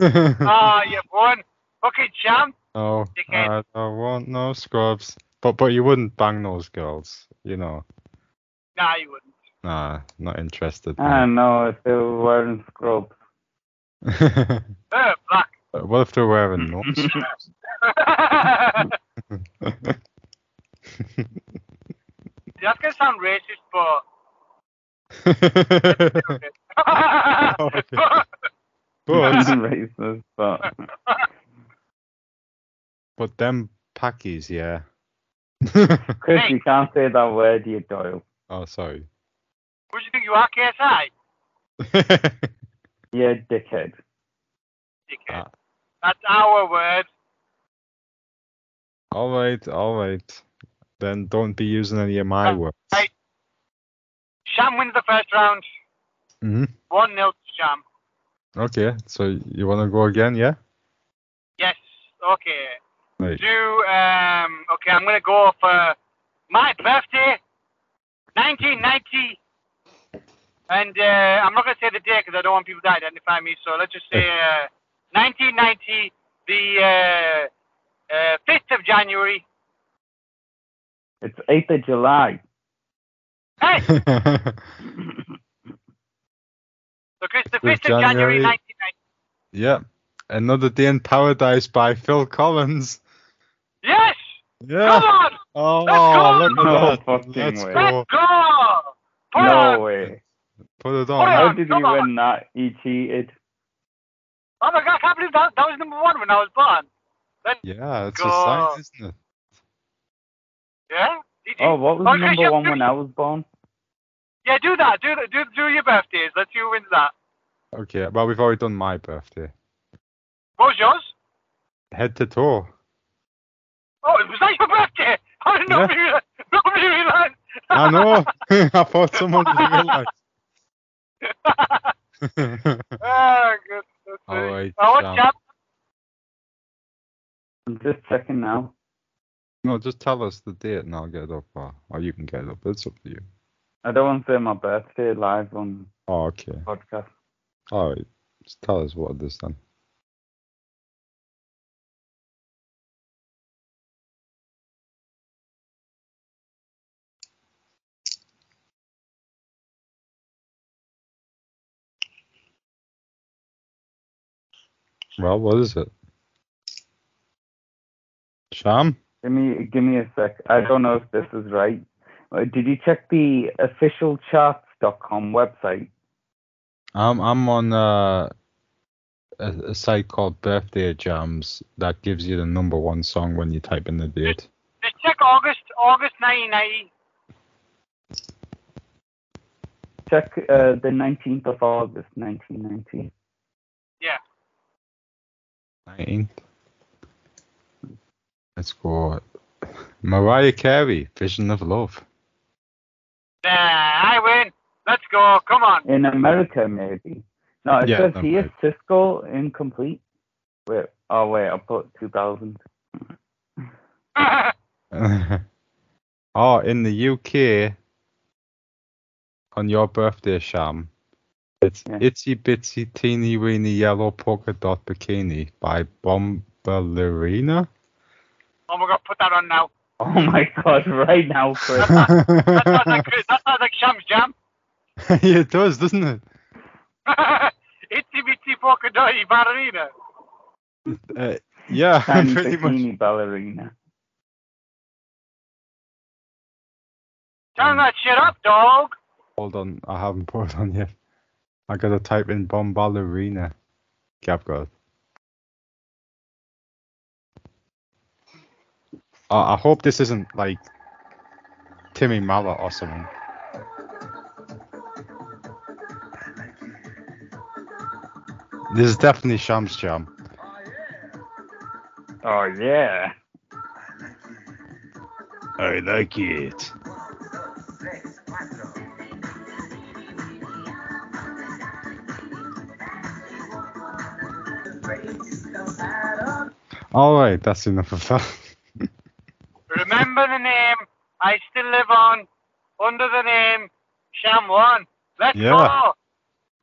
Speaker 4: Ah, you've won. Okay, champ.
Speaker 2: No,
Speaker 4: Dickhead.
Speaker 2: I don't want no scrubs. But but you wouldn't bang those girls, you know.
Speaker 4: Nah, you wouldn't.
Speaker 2: Nah, not interested.
Speaker 3: I don't know if they were wearing scrubs.
Speaker 2: what
Speaker 4: Uh, black.
Speaker 2: if they're wearing no scrubs?
Speaker 4: That's gonna sound racist, but.
Speaker 2: Okay. but
Speaker 3: racist, but
Speaker 2: but them packies, yeah.
Speaker 3: Chris, you can't say that word, you Doyle.
Speaker 2: oh, sorry.
Speaker 4: Who do you think you are, KSI?
Speaker 3: Yeah, dickhead.
Speaker 4: Dickhead. That's our word.
Speaker 2: all right, all right. Then don't be using any of my words.
Speaker 4: Hey. Sham wins the first round.
Speaker 2: hmm
Speaker 4: 1 nil to Sham.
Speaker 2: Okay, so you want to go again, yeah?
Speaker 4: Yes. Okay.
Speaker 2: Right.
Speaker 4: Do, um, okay, I'm going to go for my birthday, 1990. And uh, I'm not going to say the day because I don't want people to identify me. So let's just say uh, 1990, the uh, uh, 5th of January.
Speaker 3: It's 8th of July.
Speaker 4: Hey! So Chris, the 5th of
Speaker 2: January.
Speaker 4: January, 1990.
Speaker 2: yeah. Another Day in Paradise by Phil Collins.
Speaker 4: Yes! Come
Speaker 2: Yeah.
Speaker 4: on!
Speaker 2: Oh,
Speaker 4: Let's
Speaker 2: look
Speaker 3: go! No
Speaker 2: at that.
Speaker 3: fucking
Speaker 2: Let's
Speaker 3: way.
Speaker 2: go.
Speaker 4: Let's go! Put
Speaker 3: no
Speaker 4: on!
Speaker 3: way.
Speaker 2: Put it
Speaker 4: Put it
Speaker 2: on.
Speaker 3: How
Speaker 4: on,
Speaker 3: did he
Speaker 4: Ah! come on.
Speaker 3: win that? He cheated.
Speaker 4: Oh my god, I can't believe that, that was number one when I was born.
Speaker 2: Yeah, it's a
Speaker 4: Go.
Speaker 2: sign, isn't it?
Speaker 4: Yeah? Did you-
Speaker 3: Oh, what was
Speaker 4: Oh, Chris,
Speaker 3: number
Speaker 4: you're
Speaker 3: one
Speaker 4: three.
Speaker 3: when I was born?
Speaker 4: Yeah, do that. Do that. Do, do your birthdays. Let's see who wins that.
Speaker 2: Okay, well, we've already done my birthday.
Speaker 4: What was yours?
Speaker 2: Head to toe.
Speaker 4: Oh, it was that your birthday? How did nobody, yeah. nobody realize?
Speaker 2: I know. I thought someone would realize.
Speaker 4: Ah, Oh, good. That's
Speaker 2: All
Speaker 4: it.
Speaker 2: right,
Speaker 4: I
Speaker 2: Sam.
Speaker 4: want champ.
Speaker 3: I'm just checking now.
Speaker 2: no, just tell us the date and I'll get it up. Or, or you can get it up. It's up to you.
Speaker 3: I don't want to say my birthday live on
Speaker 2: Oh, okay.
Speaker 3: podcast.
Speaker 2: All right. Just tell us what it is then. Well, what is it? Sham?
Speaker 3: Give me, give me a sec. I don't know if this is right. Uh, Did you check the officialcharts.com website?
Speaker 2: I'm I'm on uh, a, a site called Birthday Jams that gives you the number one song when you type in the date.
Speaker 4: Just check August, August 1990.
Speaker 3: Check uh, the 19th of August, 1990.
Speaker 2: Nineteenth. Let's go. Mariah Carey, Vision of Love.
Speaker 4: Nah, I win. Let's go. Come on.
Speaker 3: In America, maybe. No, it
Speaker 2: Yeah,
Speaker 3: says
Speaker 2: no,
Speaker 3: here
Speaker 2: right.
Speaker 3: Cisco incomplete. Wait, oh wait, I'll put 2000.
Speaker 2: oh, in the UK, on your birthday, Sham, it's
Speaker 3: Yeah.
Speaker 2: Itsy Bitsy Teeny Weeny Yellow Polka Dot Bikini by Bombalurina.
Speaker 4: Oh my god, put that on now.
Speaker 3: Oh my god, right now, Chris.
Speaker 4: That sounds like, that sounds like Sham's jam.
Speaker 2: it does, doesn't it?
Speaker 4: Itsy bitsy polka dotty ballerina.
Speaker 2: Uh, yeah,
Speaker 3: Tiny
Speaker 2: pretty much.
Speaker 3: bikini ballerina.
Speaker 4: Turn that shit up, dog.
Speaker 2: Hold on, I haven't put it on yet. I gotta type in Bombalurina. Okay, I've got it. Uh, I hope this isn't like Timmy Mallet or something. This is definitely Shams Jam.
Speaker 3: Oh yeah.
Speaker 2: I like it. All right, that's enough of that.
Speaker 4: Remember the name. I still live on under the name Sham One. Let's
Speaker 2: Yeah.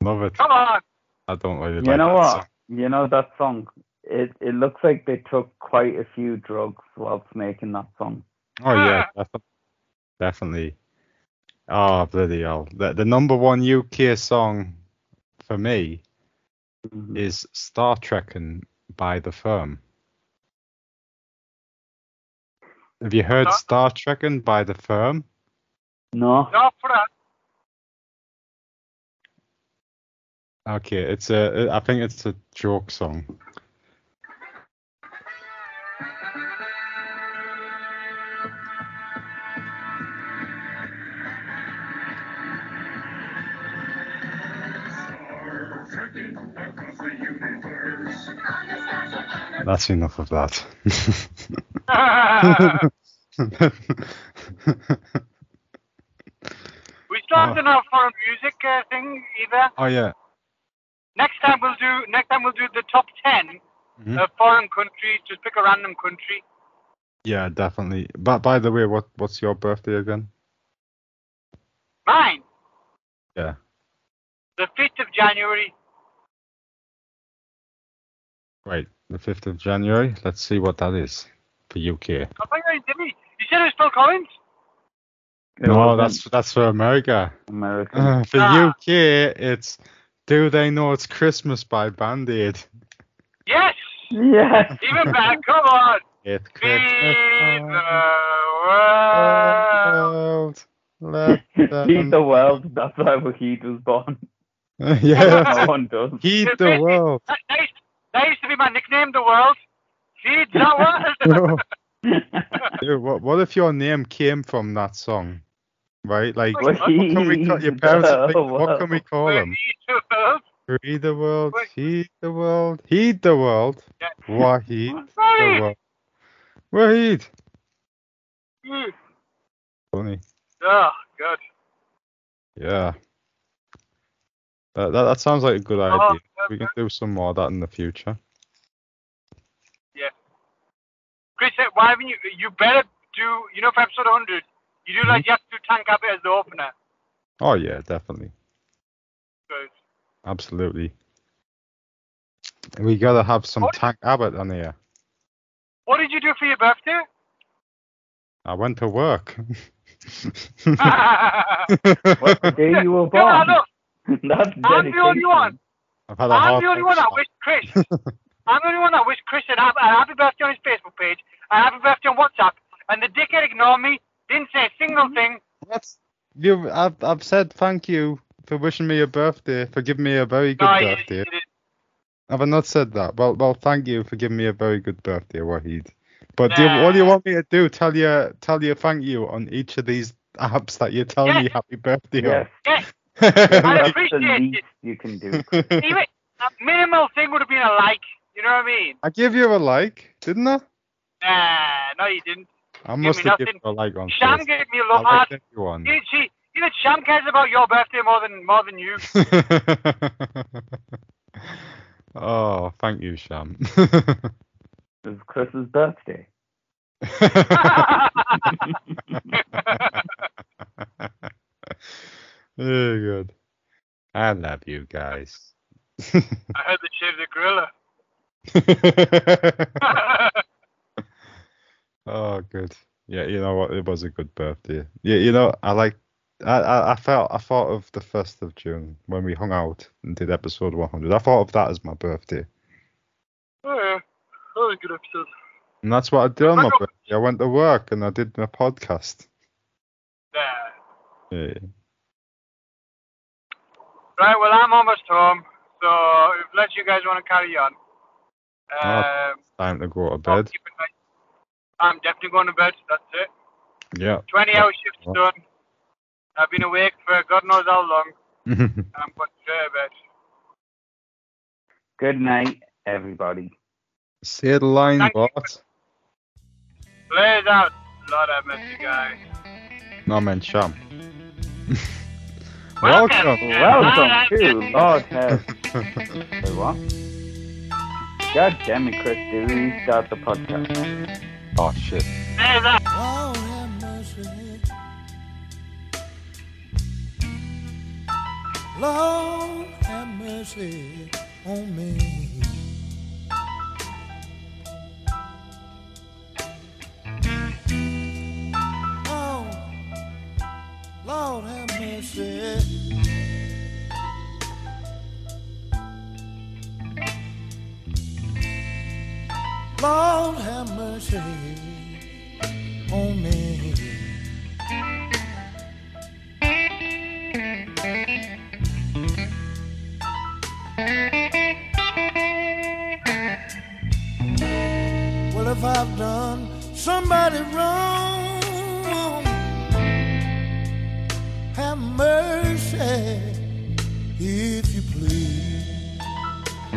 Speaker 4: go.
Speaker 2: Love it.
Speaker 4: Come on.
Speaker 2: I don't really
Speaker 3: You
Speaker 2: like
Speaker 3: know
Speaker 2: that
Speaker 3: what?
Speaker 2: song.
Speaker 3: You know that song. It it looks like they took quite a few drugs whilst making that song.
Speaker 2: Oh yeah, defi- definitely. Oh bloody hell! The, the number one UK song for me
Speaker 3: Mhm.
Speaker 2: is Star Trekkin' by the Firm. Have you heard
Speaker 4: Huh?
Speaker 2: Star Trekkin' by the Firm?
Speaker 3: No.
Speaker 4: No, for that.
Speaker 2: Okay, it's a. I think it's a joke song. That's enough of that.
Speaker 4: we still
Speaker 2: Oh.
Speaker 4: haven't done our foreign music uh, thing either.
Speaker 2: oh yeah.
Speaker 4: Next time we'll do. Next time we'll do the top 10
Speaker 2: Mhm.
Speaker 4: of foreign countries. Just pick a random country.
Speaker 2: Yeah, definitely. But by the way, what what's your birthday again?
Speaker 4: Mine.
Speaker 2: Yeah.
Speaker 4: The 5th of January.
Speaker 2: Right, the fifth of January. Let's see what that is for UK.
Speaker 4: I think I did. You said it was Phil Collins.
Speaker 3: It
Speaker 2: no,
Speaker 3: wasn't
Speaker 2: that's that's for America.
Speaker 3: American.
Speaker 2: Uh, for
Speaker 4: Ah.
Speaker 2: UK, it's "Do They Know It's Christmas" by Band Aid.
Speaker 4: Yes.
Speaker 3: yes.
Speaker 4: Even better. Come on.
Speaker 2: It's Christmas
Speaker 4: Be
Speaker 2: time, world, let them-
Speaker 3: Heed
Speaker 4: the world.
Speaker 3: the world. That's how Heed was born.
Speaker 2: yeah,
Speaker 3: No one does.
Speaker 2: heed the world.
Speaker 4: That, that, used, that used to be my nickname, the world. Feed the world.
Speaker 2: Dude, what, what if your name came from that song? Right, like
Speaker 4: What Oh,
Speaker 2: what can we call your
Speaker 3: heed
Speaker 2: parents?
Speaker 3: the
Speaker 2: Like, what can we
Speaker 3: world.
Speaker 2: call them?
Speaker 4: Feed the world.
Speaker 2: Free the world,
Speaker 4: Wait.
Speaker 2: heed the world, heed the world.
Speaker 4: Yeah.
Speaker 2: Waheed the
Speaker 4: Right.
Speaker 2: world. Waheed.
Speaker 4: Mm.
Speaker 2: Funny.
Speaker 4: Oh, God.
Speaker 2: Yeah. That, that, that sounds like a good
Speaker 4: Oh,
Speaker 2: idea. We can do some more of that in the future.
Speaker 4: Chris, uh, why haven't you? You better do, you know, for episode 100, you do like
Speaker 2: Hmm?
Speaker 4: you have to do Tank Abbott as the opener.
Speaker 2: Oh yeah, definitely.
Speaker 4: 'Cause-
Speaker 2: Absolutely. We gotta have some
Speaker 4: What?
Speaker 2: Tank Abbott on here.
Speaker 4: What did you do for your birthday?
Speaker 2: I went to work.
Speaker 4: Ah. I'm
Speaker 2: I've
Speaker 3: What the day you were
Speaker 4: No,
Speaker 3: born?
Speaker 4: no.
Speaker 3: That's
Speaker 4: the only
Speaker 3: dedication.
Speaker 4: one.
Speaker 2: had a
Speaker 4: I'm
Speaker 2: hard
Speaker 4: the only one that
Speaker 2: time.
Speaker 4: wished Chris. I'm the only one that wished Chris and happy, and happy birthday on his Facebook page and happy birthday on WhatsApp. And the dickhead ignored me, didn't say a single thing.
Speaker 2: That's you. I've I've said thank you for wishing me a birthday, for giving me a very good
Speaker 4: No, he didn't,
Speaker 2: birthday.
Speaker 4: he didn't.
Speaker 2: Have I not said that? Well, well, thank you for giving me a very good birthday, Wahid. But do you, what do you
Speaker 4: Nah.
Speaker 2: want me to do? Tell you, tell you, thank you on each of these apps that you're telling me
Speaker 4: Yes.
Speaker 2: happy birthday
Speaker 3: Yes.
Speaker 4: Yes, I
Speaker 2: on.
Speaker 3: That's the
Speaker 4: appreciate it.
Speaker 3: least you can do.
Speaker 4: even a minimal thing would have been a like. You know what I mean?
Speaker 2: I gave you a like, didn't I?
Speaker 4: Nah, no, you didn't.
Speaker 2: I must have given
Speaker 4: nothing.
Speaker 2: you a like on
Speaker 4: Sham
Speaker 2: Facebook.
Speaker 4: gave me a
Speaker 2: I
Speaker 4: love heart.
Speaker 2: liked everyone.
Speaker 4: You, she, you know, Sham cares about your birthday more than more than you.
Speaker 2: oh, thank you, Sham.
Speaker 3: It was Chris's birthday.
Speaker 2: oh god. I love you guys.
Speaker 4: I heard the shit of the gorilla.
Speaker 2: oh good. Yeah, you know what? It was a good birthday. Yeah, you know, I like I, I, I felt I thought of the first of June when we hung out and did episode one hundred. I thought of that as my birthday.
Speaker 4: oh, yeah. that was a good episode.
Speaker 2: And that's what I did on my
Speaker 4: Wow.
Speaker 2: birthday. I went to work and I did my podcast.
Speaker 4: Nah.
Speaker 2: Yeah.
Speaker 4: Right, well, I'm almost home, so if unless you guys want to carry on, um,
Speaker 2: Time to go to
Speaker 4: I'll
Speaker 2: bed.
Speaker 4: keep it nice. I'm definitely going to bed. That's it.
Speaker 2: Yeah.
Speaker 4: 20 hour shift's
Speaker 2: Yeah.
Speaker 4: done. I've been awake for God knows how long. I'm going straight to bed.
Speaker 3: Good night, everybody.
Speaker 2: Say the line,
Speaker 4: Thank you.
Speaker 2: what?
Speaker 4: Play that. Lord have mercy, guy.
Speaker 2: No, I meant sham.
Speaker 4: Welcome.
Speaker 3: Welcome to Lord Have. Wait, what? God damn it, Chris. Did we start the podcast?
Speaker 2: Oh, shit.
Speaker 4: Play that.
Speaker 5: Lord have mercy. Lord have mercy on me. Lord, Lord have mercy. Lord have mercy on me. Well, if I've done somebody wrong, have mercy if you please.